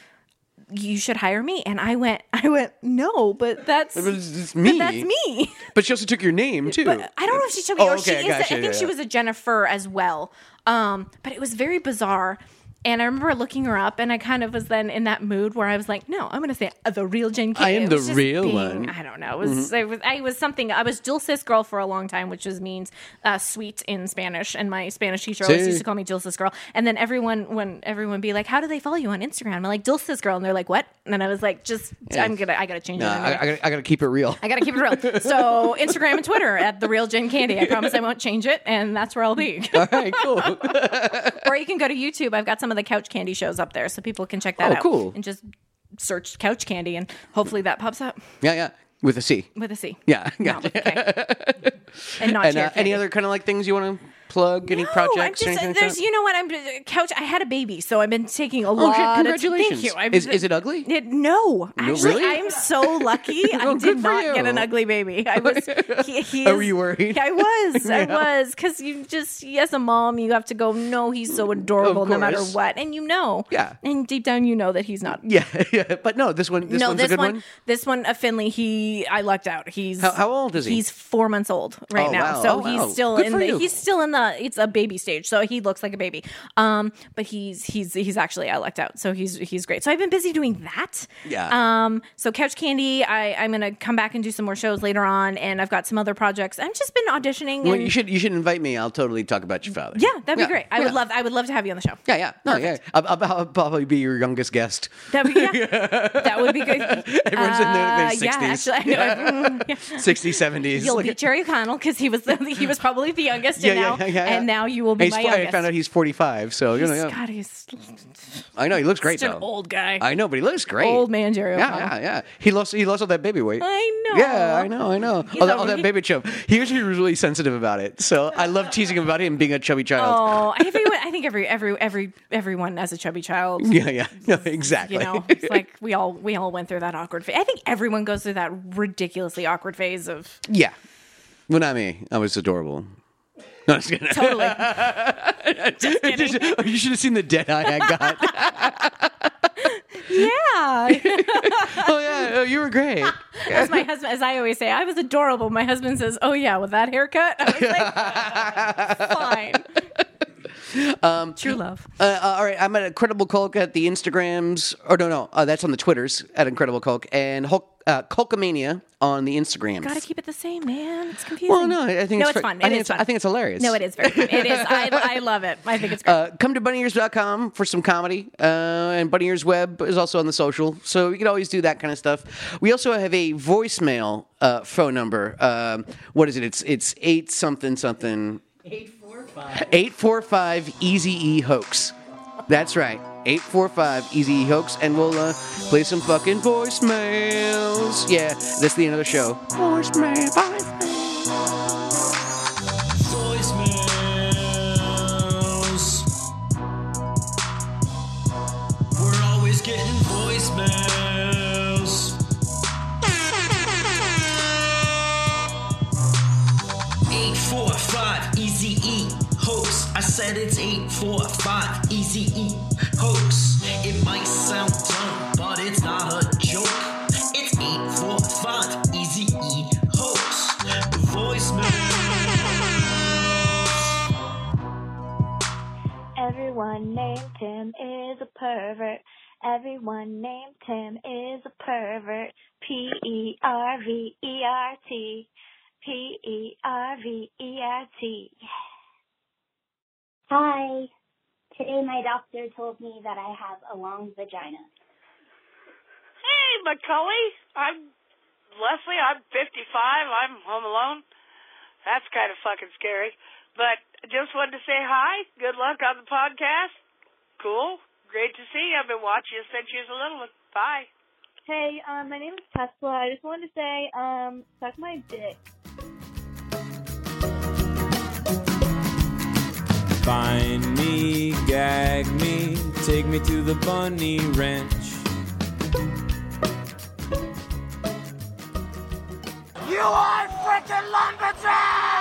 C: you should hire me. And I went, I went, no, but that's
B: It's- it's me.
C: But that's me.
B: But she also took your name too.
C: But I don't know if she took me
B: Oh,
C: or
B: okay,
C: she is.
B: gotcha,
C: I think
B: yeah,
C: she
B: yeah.
C: was a Jennifer as well. Um, but it was very bizarre. And I remember looking her up, and I kind of was then in that mood where I was like, "No, I'm going to say the real Jen K."
B: I am
C: It was
B: the
C: just
B: real
C: being-
B: one. Mm-hmm.
C: I don't know. It was, it was I was something. I was Jill Sis girl for a long time, which just means uh, sweet in Spanish. And my Spanish teacher always
B: Sí.
C: used to call me Jill Sis girl. And then everyone, when everyone be like, "How do they follow you on Instagram?" I'm like, "Jill Sis girl," and they're like, "What?" And then I was like, "Just I'm gonna I gotta change
B: Nah,
C: it." I'm
B: I,
C: gonna-
B: I, gotta, I gotta keep it real.
C: I gotta keep it real. So Instagram and Twitter at the real Jen Candy. I promise I won't change it, and that's where I'll be.
B: All right, cool.
C: or you can go to YouTube. I've got some of the couch candy shows up there, so people can check that
B: Oh,
C: out.
B: cool.
C: And just search couch candy, and hopefully that pops up
B: Yeah, yeah. With a C.
C: with a C.
B: Yeah,
C: Not
B: gotcha.
C: with a K. and not
B: And
C: chair
B: uh, any
C: candy.
B: other kind of like things you want to plug? Any
C: No,
B: projects
C: I'm
B: or
C: just,
B: anything? like
C: there's,
B: that? Oh,
C: you know what? I'm uh, couch. I had a baby, so I've been taking a
B: shit,
C: lot. of-
B: congratulations.
C: thank you. I've-
B: Is- is it ugly?
C: It, no, actually,
B: really?
C: I'm so lucky. I
B: Well, good
C: did
B: for
C: not get
B: you.
C: an ugly baby. I was. He, he
B: Oh,
C: is-
B: were you worried?
C: I was. I was because you just as a mom, you have to go. No, he's so adorable, no matter
B: course.
C: what, and you know.
B: Yeah.
C: And deep down, you know that he's not.
B: yeah, yeah. But no, this one. This
C: no,
B: one's
C: this
B: a good
C: one,
B: one.
C: this one, uh, Finley. He, I lucked out. He's
B: How- how old is he?
C: He's four months old right
B: Oh,
C: now,
B: wow.
C: so
B: Oh,
C: he's
B: wow.
C: still
B: Good
C: in
B: for
C: the.
B: you.
C: He's still in the. It's a baby stage, so he looks like a baby. Um, but he's he's he's actually I lucked out, so he's he's great. So I've been busy doing that.
B: Yeah.
C: Um. So Couch Candy, I I'm gonna come back and do some more shows later on, and I've got some other projects. I've just been auditioning.
B: Well,
C: and,
B: you should you should invite me. I'll totally talk about your father.
C: Yeah, that'd be great. I
B: yeah.
C: would love I would love to have you on the show.
B: Yeah, yeah, no, yeah. I'll, I'll, I'll probably be your youngest guest.
C: That'd be yeah. that would be good.
B: Everyone's in their- their
C: Uh, Yeah,
B: 60s.
C: actually, I know. I've- mm, yeah.
B: 60s, 70s.
C: You'll
B: Look
C: be
B: at-
C: Jerry O'Connell because he was the, he was probably the youngest,
B: yeah,
C: and now
B: yeah, yeah, yeah.
C: and now you will be
B: He's
C: my
B: fo-
C: youngest.
B: I found out he's 45, so you know,
C: He's-
B: yeah.
C: God, he's
B: I know he looks great
C: such an
B: though.
C: old guy.
B: I know, but he looks great.
C: Old man Jerry
B: Yeah,
C: O'Connell.
B: yeah, yeah. He lost. He lost all that baby weight.
C: I know.
B: Yeah, I know. I know. All that, all
C: a
B: that
C: re-
B: baby chub. He was really sensitive about it, so I love teasing him about him being a chubby child.
C: Oh, everyone! I think every every every everyone as a chubby child,
B: Yeah, yeah. No, exactly.
C: you know, it's like we all we all went through that awkward phase. I think everyone goes through that ridiculously awkward phase of
B: yeah. Well, not me. I was adorable. No, I'm just kidding.
C: totally.
B: Just- oh, you should have seen the dead eye I got.
C: yeah,
B: oh yeah, oh, you were great.
C: as my husband, as I always say, I was adorable. My husband says, "Oh yeah, with that haircut," I was like, "Fine." Um, True love.
B: Uh, uh, all right, I'm at Incredible Culk at the Instagrams. Or no, no, uh, that's on the Twitters at Incredible Culk and Hulk, uh, Culkamania on the Instagrams.
C: Gotta keep it the same, man. It's confusing.
B: well, no, I think
C: no,
B: it's,
C: it's
B: fr-
C: fun.
B: I
C: It
B: think
C: is
B: it's
C: fun.
B: I think it's hilarious.
C: No, it is very fun. It is. I, I love it. I think it's great.
B: Uh, come to bunnyears.com for some comedy. Uh, and Bunny Ears Web is also on the social. So you can always do that kind of stuff. We also have a voicemail uh, phone number. Um, what is it? It's it's eight something something.
E: 845.
B: 845 Easy E Hoax. That's right. 845 Easy E Hoax. And we'll uh, play some fucking voicemails. Yeah, that's the end of the show. Voicemail. Voicemail.
E: Voicemail.
F: getting voicemails. 845 Easy E hoax. I said it's 845 Easy E hoax. It might sound dumb, but it's not a joke. It's 845 Easy E hoax. The voicemail.
G: Everyone named Tim is a pervert. Everyone named Tim is a pervert. P E R V E R T. P E R V E R T. Hi. Today my doctor told me that I have a long vagina.
H: Hey, McCully. I'm Leslie. I'm 55. I'm home alone. That's kind of fucking scary. But I just wanted to say hi. Good luck on the podcast. Cool. Great to see you. I've been watching you since you was a little one. Bye.
G: Hey, um, my name is Tesla. I just wanted to say, um, suck my dick.
A: Bind me, gag me, take me to the bunny ranch.
E: You are freaking lumberjack!